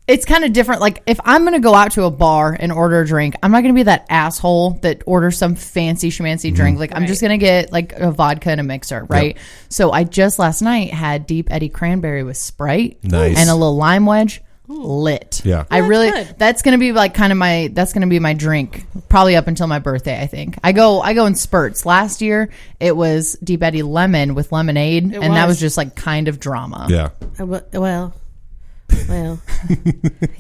Speaker 3: it's kind of different. Like, if I'm going to go out to a bar and order a drink, I'm not going to be that asshole that orders some fancy
Speaker 2: Mm-hmm.
Speaker 3: schmancy drink. Like, I'm just going to get like a vodka and a mixer, right? So I just last night had deep Eddie cranberry with Sprite,
Speaker 2: Nice.
Speaker 3: and a little lime wedge. Lit.
Speaker 2: Yeah.
Speaker 3: I really.
Speaker 4: good.
Speaker 3: That's gonna be like kind of my. That's gonna be my drink, probably up until my birthday. I think I go. I go in spurts. Last year it was Deep Eddie Lemon with lemonade, and that
Speaker 4: was.
Speaker 3: was just like kind of drama.
Speaker 2: Yeah.
Speaker 4: I w- well,
Speaker 3: *laughs*
Speaker 4: well,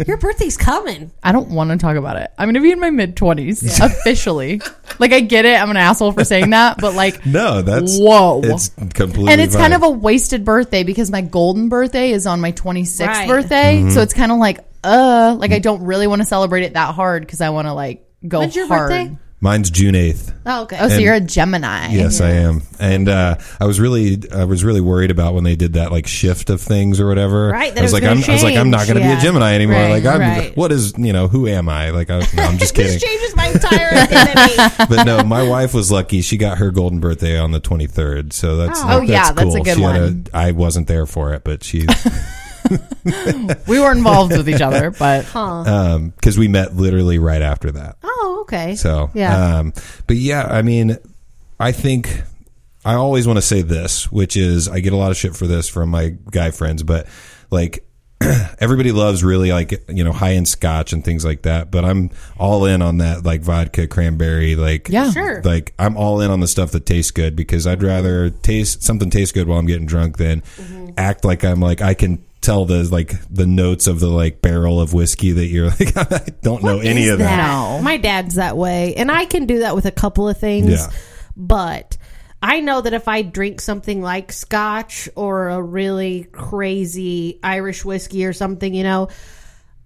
Speaker 4: your birthday's coming.
Speaker 3: I don't want to talk about it. I'm gonna be in my mid twenties *laughs* officially. like I get it. I'm an asshole for saying that, but
Speaker 2: *laughs*
Speaker 3: like,
Speaker 2: No, that's
Speaker 3: Whoa.
Speaker 2: It's completely
Speaker 3: and it's
Speaker 2: fine.
Speaker 3: kind of a wasted birthday because my golden birthday is on my 26th
Speaker 4: Right.
Speaker 3: birthday,
Speaker 2: Mm-hmm.
Speaker 3: so it's kind of like, uh, like I don't really want to celebrate it that hard because I want to like go
Speaker 4: When's your
Speaker 3: hard.
Speaker 4: birthday?
Speaker 2: mine's June eighth.
Speaker 4: Oh, okay.
Speaker 3: Oh, so
Speaker 2: And-
Speaker 3: you're a Gemini.
Speaker 2: Yes,
Speaker 4: Mm-hmm.
Speaker 2: I am. And uh, I was really, I was really worried about when they did that like shift of things or whatever.
Speaker 4: Right, that
Speaker 2: I was
Speaker 4: it
Speaker 2: like,
Speaker 4: was
Speaker 2: I'm,
Speaker 4: gonna
Speaker 2: I was like, I'm not
Speaker 4: change,
Speaker 2: going to
Speaker 4: yeah.
Speaker 2: be a Gemini anymore.
Speaker 4: Right,
Speaker 2: like, I'm,
Speaker 4: right.
Speaker 2: what is, you know, who am I? Like, I, no,
Speaker 4: *laughs*
Speaker 2: I'm just kidding.
Speaker 4: this changes my entire
Speaker 3: *laughs*
Speaker 4: identity.
Speaker 2: But no, my wife was lucky. She got her golden birthday on the 23rd. So that's,
Speaker 3: Oh,
Speaker 2: that's
Speaker 3: yeah, that's a
Speaker 2: cool.
Speaker 3: good
Speaker 2: She had
Speaker 3: one.
Speaker 2: I wasn't there for it, but she,
Speaker 3: We were involved with
Speaker 2: *laughs*
Speaker 3: each other, but
Speaker 2: um, because we met literally right after that.
Speaker 4: oh, okay.
Speaker 2: So,
Speaker 4: yeah,
Speaker 2: Um, but yeah, I mean, I think I always want to say this, which is I get a lot of shit for this from my guy friends, but like *clears throat* everybody loves really like you know high end scotch and things like that. But I'm all in on that like vodka cranberry, like
Speaker 3: Yeah.
Speaker 4: Sure.
Speaker 2: like I'm all in on the stuff that tastes good because I'd rather taste something taste good while I'm getting drunk than act like I'm like I can. Tell the like the notes of the like barrel of whiskey that you're *laughs* like I don't know any
Speaker 4: Is
Speaker 2: of that.
Speaker 3: No.
Speaker 4: My dad's that way, and I can do that with a couple of things.
Speaker 2: Yeah.
Speaker 4: But I know that if I drink something like scotch or a really crazy Irish whiskey or something, you know.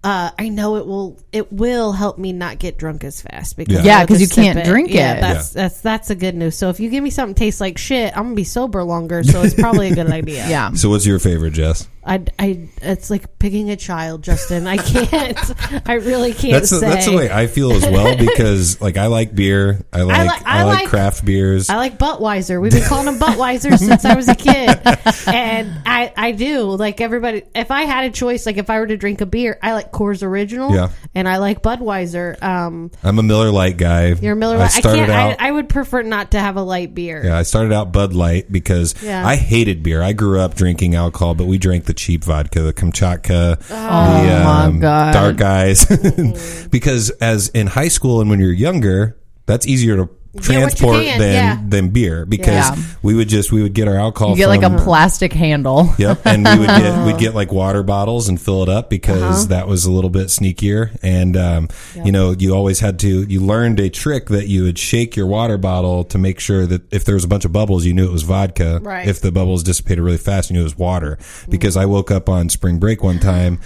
Speaker 4: Uh, I know it will. It will help me not get drunk as fast because
Speaker 2: Yeah.
Speaker 4: I'll
Speaker 3: Yeah, 'cause
Speaker 4: just
Speaker 3: you
Speaker 4: sip
Speaker 3: can't drink
Speaker 4: Yeah,
Speaker 3: it.
Speaker 4: that's that's that's a good news. So if you give me something that tastes like shit, I'm gonna be sober longer. So it's probably a good
Speaker 3: *laughs*
Speaker 4: idea.
Speaker 3: yeah.
Speaker 2: So what's your favorite, Jess?
Speaker 4: I, I, it's like picking a child, Justin. I can't. *laughs* I really can't
Speaker 2: That's the,
Speaker 4: say.
Speaker 2: that's the way I feel as
Speaker 4: *laughs*
Speaker 2: well because like I like beer, I like I
Speaker 4: like-
Speaker 2: like,
Speaker 4: I like-
Speaker 2: craft beers.
Speaker 4: I like Budweiser. We've been calling them Budweiser since I was
Speaker 2: *laughs*
Speaker 4: a kid, and I, I do like everybody. If I had a choice, like if I were to drink a beer, I like Coors Original,
Speaker 2: Yeah.
Speaker 4: and I like Budweiser. Um,
Speaker 2: I'm a Miller Light guy.
Speaker 4: your Miller.
Speaker 2: I
Speaker 4: Lite. I,
Speaker 2: started
Speaker 4: can't.
Speaker 2: out.
Speaker 4: I, I would prefer not to have a light beer.
Speaker 2: yeah, I started out Bud Light because
Speaker 4: Yeah.
Speaker 2: I hated beer. I grew up drinking alcohol, but we drank the cheap vodka, the Kamchatka,
Speaker 4: Oh
Speaker 2: the um,
Speaker 3: my God.
Speaker 2: dark eyes. *laughs* because as in high school and when you're younger, that's easier to
Speaker 4: you
Speaker 2: transport
Speaker 4: can,
Speaker 2: than
Speaker 4: yeah.
Speaker 2: than beer because
Speaker 3: Yeah.
Speaker 2: we would just we would get our alcohol
Speaker 3: You get like
Speaker 2: from-
Speaker 3: a plastic handle.
Speaker 2: *laughs* Yep, and we would get we'd get like water bottles and fill it up because that was a little bit sneakier. And um, you know, you always had to you learned a trick that you would shake your water bottle to make sure that if there was a bunch of bubbles, you knew it was vodka.
Speaker 4: Right.
Speaker 2: If the bubbles dissipated really fast, you knew it was water. Because I woke up on spring break one time,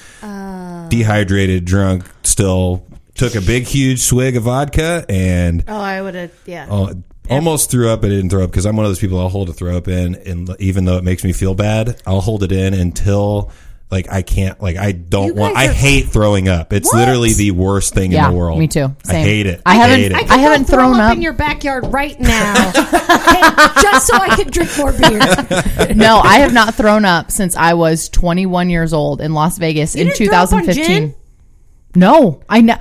Speaker 2: dehydrated, drunk, still took a big huge swig of vodka and
Speaker 4: Oh, I would have. Yeah.
Speaker 2: uh, almost threw up. I didn't throw up because I'm one of those people. I'll hold a throw up in, and l- even though it makes me feel bad, I'll hold it in until like I can't. Like I
Speaker 4: You
Speaker 2: don't want.
Speaker 4: guys
Speaker 2: I
Speaker 4: are-
Speaker 2: hate throwing up. It's
Speaker 4: What?
Speaker 2: literally the worst thing
Speaker 3: Yeah,
Speaker 2: in the world.
Speaker 3: me too.
Speaker 2: I
Speaker 3: Same.
Speaker 2: hate it.
Speaker 3: I haven't-
Speaker 2: Hate it.
Speaker 3: I
Speaker 4: could go
Speaker 3: haven't
Speaker 4: throw
Speaker 3: thrown up.
Speaker 4: in your backyard right
Speaker 3: *laughs*
Speaker 4: now, Okay, just so I can drink more beer. *laughs*
Speaker 3: no, I have not thrown up since I was 21 years old in Las Vegas in
Speaker 4: didn't throw up on
Speaker 3: 2015.
Speaker 4: gin?
Speaker 3: No, I know.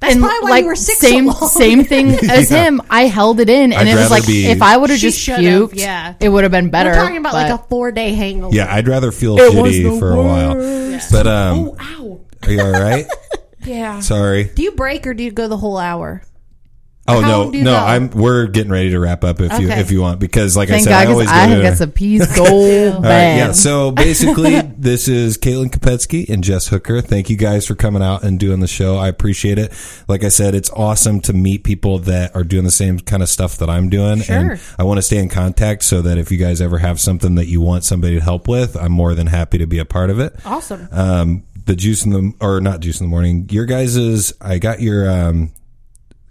Speaker 4: That's probably why you were sick so
Speaker 3: same
Speaker 4: long. *laughs*
Speaker 3: same thing as him. I held it in,
Speaker 2: I'd
Speaker 3: and it was
Speaker 2: rather
Speaker 3: like
Speaker 2: be-
Speaker 3: if I would have
Speaker 4: She
Speaker 3: just
Speaker 4: should've,
Speaker 3: puked,
Speaker 4: yeah.
Speaker 3: it would have been better.
Speaker 4: We're talking about like
Speaker 3: but-
Speaker 4: a four day hangover.
Speaker 2: yeah, I'd rather feel
Speaker 3: It was the
Speaker 2: shitty for a while. But um,
Speaker 3: Oh,
Speaker 4: Ow.
Speaker 2: are you all
Speaker 3: *laughs*
Speaker 2: right?
Speaker 4: Yeah.
Speaker 2: Sorry.
Speaker 4: Do you break or do you go the whole hour?
Speaker 2: Oh
Speaker 4: How
Speaker 2: no,
Speaker 4: long do you
Speaker 2: no.
Speaker 4: go?
Speaker 2: I'm. We're getting ready to wrap up if you
Speaker 4: Okay.
Speaker 2: if you want because like I
Speaker 3: Thank
Speaker 2: said,
Speaker 3: God,
Speaker 2: I always
Speaker 3: because I
Speaker 2: go
Speaker 3: have
Speaker 2: to-
Speaker 3: got some
Speaker 2: *laughs*
Speaker 3: peas so
Speaker 2: All right,
Speaker 3: bad.
Speaker 2: yeah. So
Speaker 4: *laughs*
Speaker 2: basically, this is Caitlin Kopetsky and Jess Hooker. Thank you guys for coming out and doing the show. I appreciate it. Like I said, it's awesome to meet people that are doing the same kind of stuff that I'm doing.
Speaker 4: Sure.
Speaker 2: And I want to stay in contact so that if you guys ever have something that you want somebody to help with, I'm more than happy to be a part of it.
Speaker 4: Awesome.
Speaker 2: Um, the juice in the or not juice in the morning. Your guys is I got your um,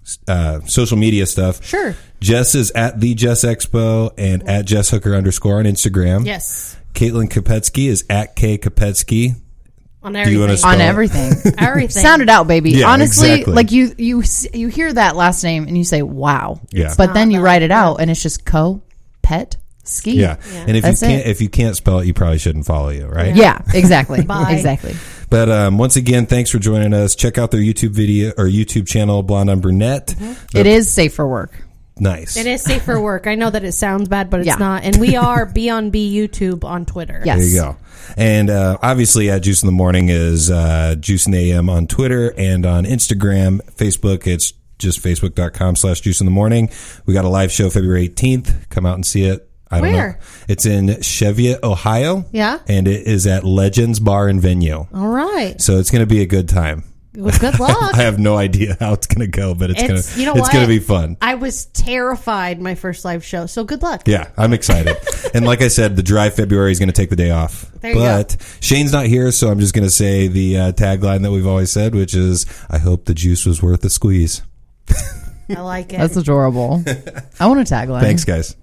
Speaker 2: s- uh, social media stuff.
Speaker 4: Sure.
Speaker 2: Jess is at the Jess Expo and at Jess Hooker underscore on Instagram.
Speaker 4: Yes.
Speaker 2: Caitlin Kopetsky is at K Kopetsky.
Speaker 4: On
Speaker 2: you wanna
Speaker 4: everything.
Speaker 2: start?
Speaker 3: on
Speaker 2: Spell.
Speaker 4: *laughs*
Speaker 3: everything.
Speaker 4: everything.
Speaker 3: Sound it out, baby.
Speaker 2: Yeah,
Speaker 3: Honestly,
Speaker 2: exactly.
Speaker 3: like you, you, s- you hear that last name and you say, "Wow."
Speaker 2: Yeah.
Speaker 3: But
Speaker 4: Ah,
Speaker 3: then you write it out, and it's just co pet ski.
Speaker 2: Yeah. And if
Speaker 3: That's
Speaker 2: you can't
Speaker 3: it.
Speaker 2: if you can't spell it, you probably shouldn't follow you, right?
Speaker 3: Yeah, *laughs* exactly.
Speaker 4: Bye.
Speaker 3: Exactly.
Speaker 2: But um, once again, thanks for joining us. Check out their YouTube video or YouTube channel, Blonde on Brunette.
Speaker 3: Mm-hmm. It is safe for work.
Speaker 2: nice.
Speaker 4: It is safe for work. I know that it sounds bad, but it's
Speaker 3: Yeah.
Speaker 4: not. And we are *laughs* B on B YouTube on Twitter.
Speaker 3: Yes.
Speaker 2: There you go. And uh, obviously, at Juice in the Morning is uh, Juice in the AM on Twitter and on Instagram, Facebook. It's just facebook.com slash Juice in the Morning. We got a live show February 18th. Come out and see it. I don't know.
Speaker 4: Where?
Speaker 2: It's in Cheviot, Ohio.
Speaker 4: Yeah.
Speaker 2: And it is at Legends Bar and Venue.
Speaker 4: All right.
Speaker 2: So it's going to be a good time.
Speaker 4: Well, good luck.
Speaker 2: I *laughs* have no idea how it's going to go, but it's,
Speaker 4: It's-
Speaker 2: going to
Speaker 4: you know
Speaker 2: it's going
Speaker 4: what?
Speaker 2: to be fun.
Speaker 4: I was terrified my first live show. So good luck.
Speaker 2: Yeah, I'm excited. and like I said, the dry February is going to take the day off.
Speaker 4: There you
Speaker 2: but Shane's not here, so I'm just going to say the uh, tagline that we've always said, which is I hope the juice was worth the squeeze.
Speaker 4: I like it.
Speaker 3: *laughs* That's adorable. I want a tagline.
Speaker 4: Mm-hmm.
Speaker 2: Thanks, guys.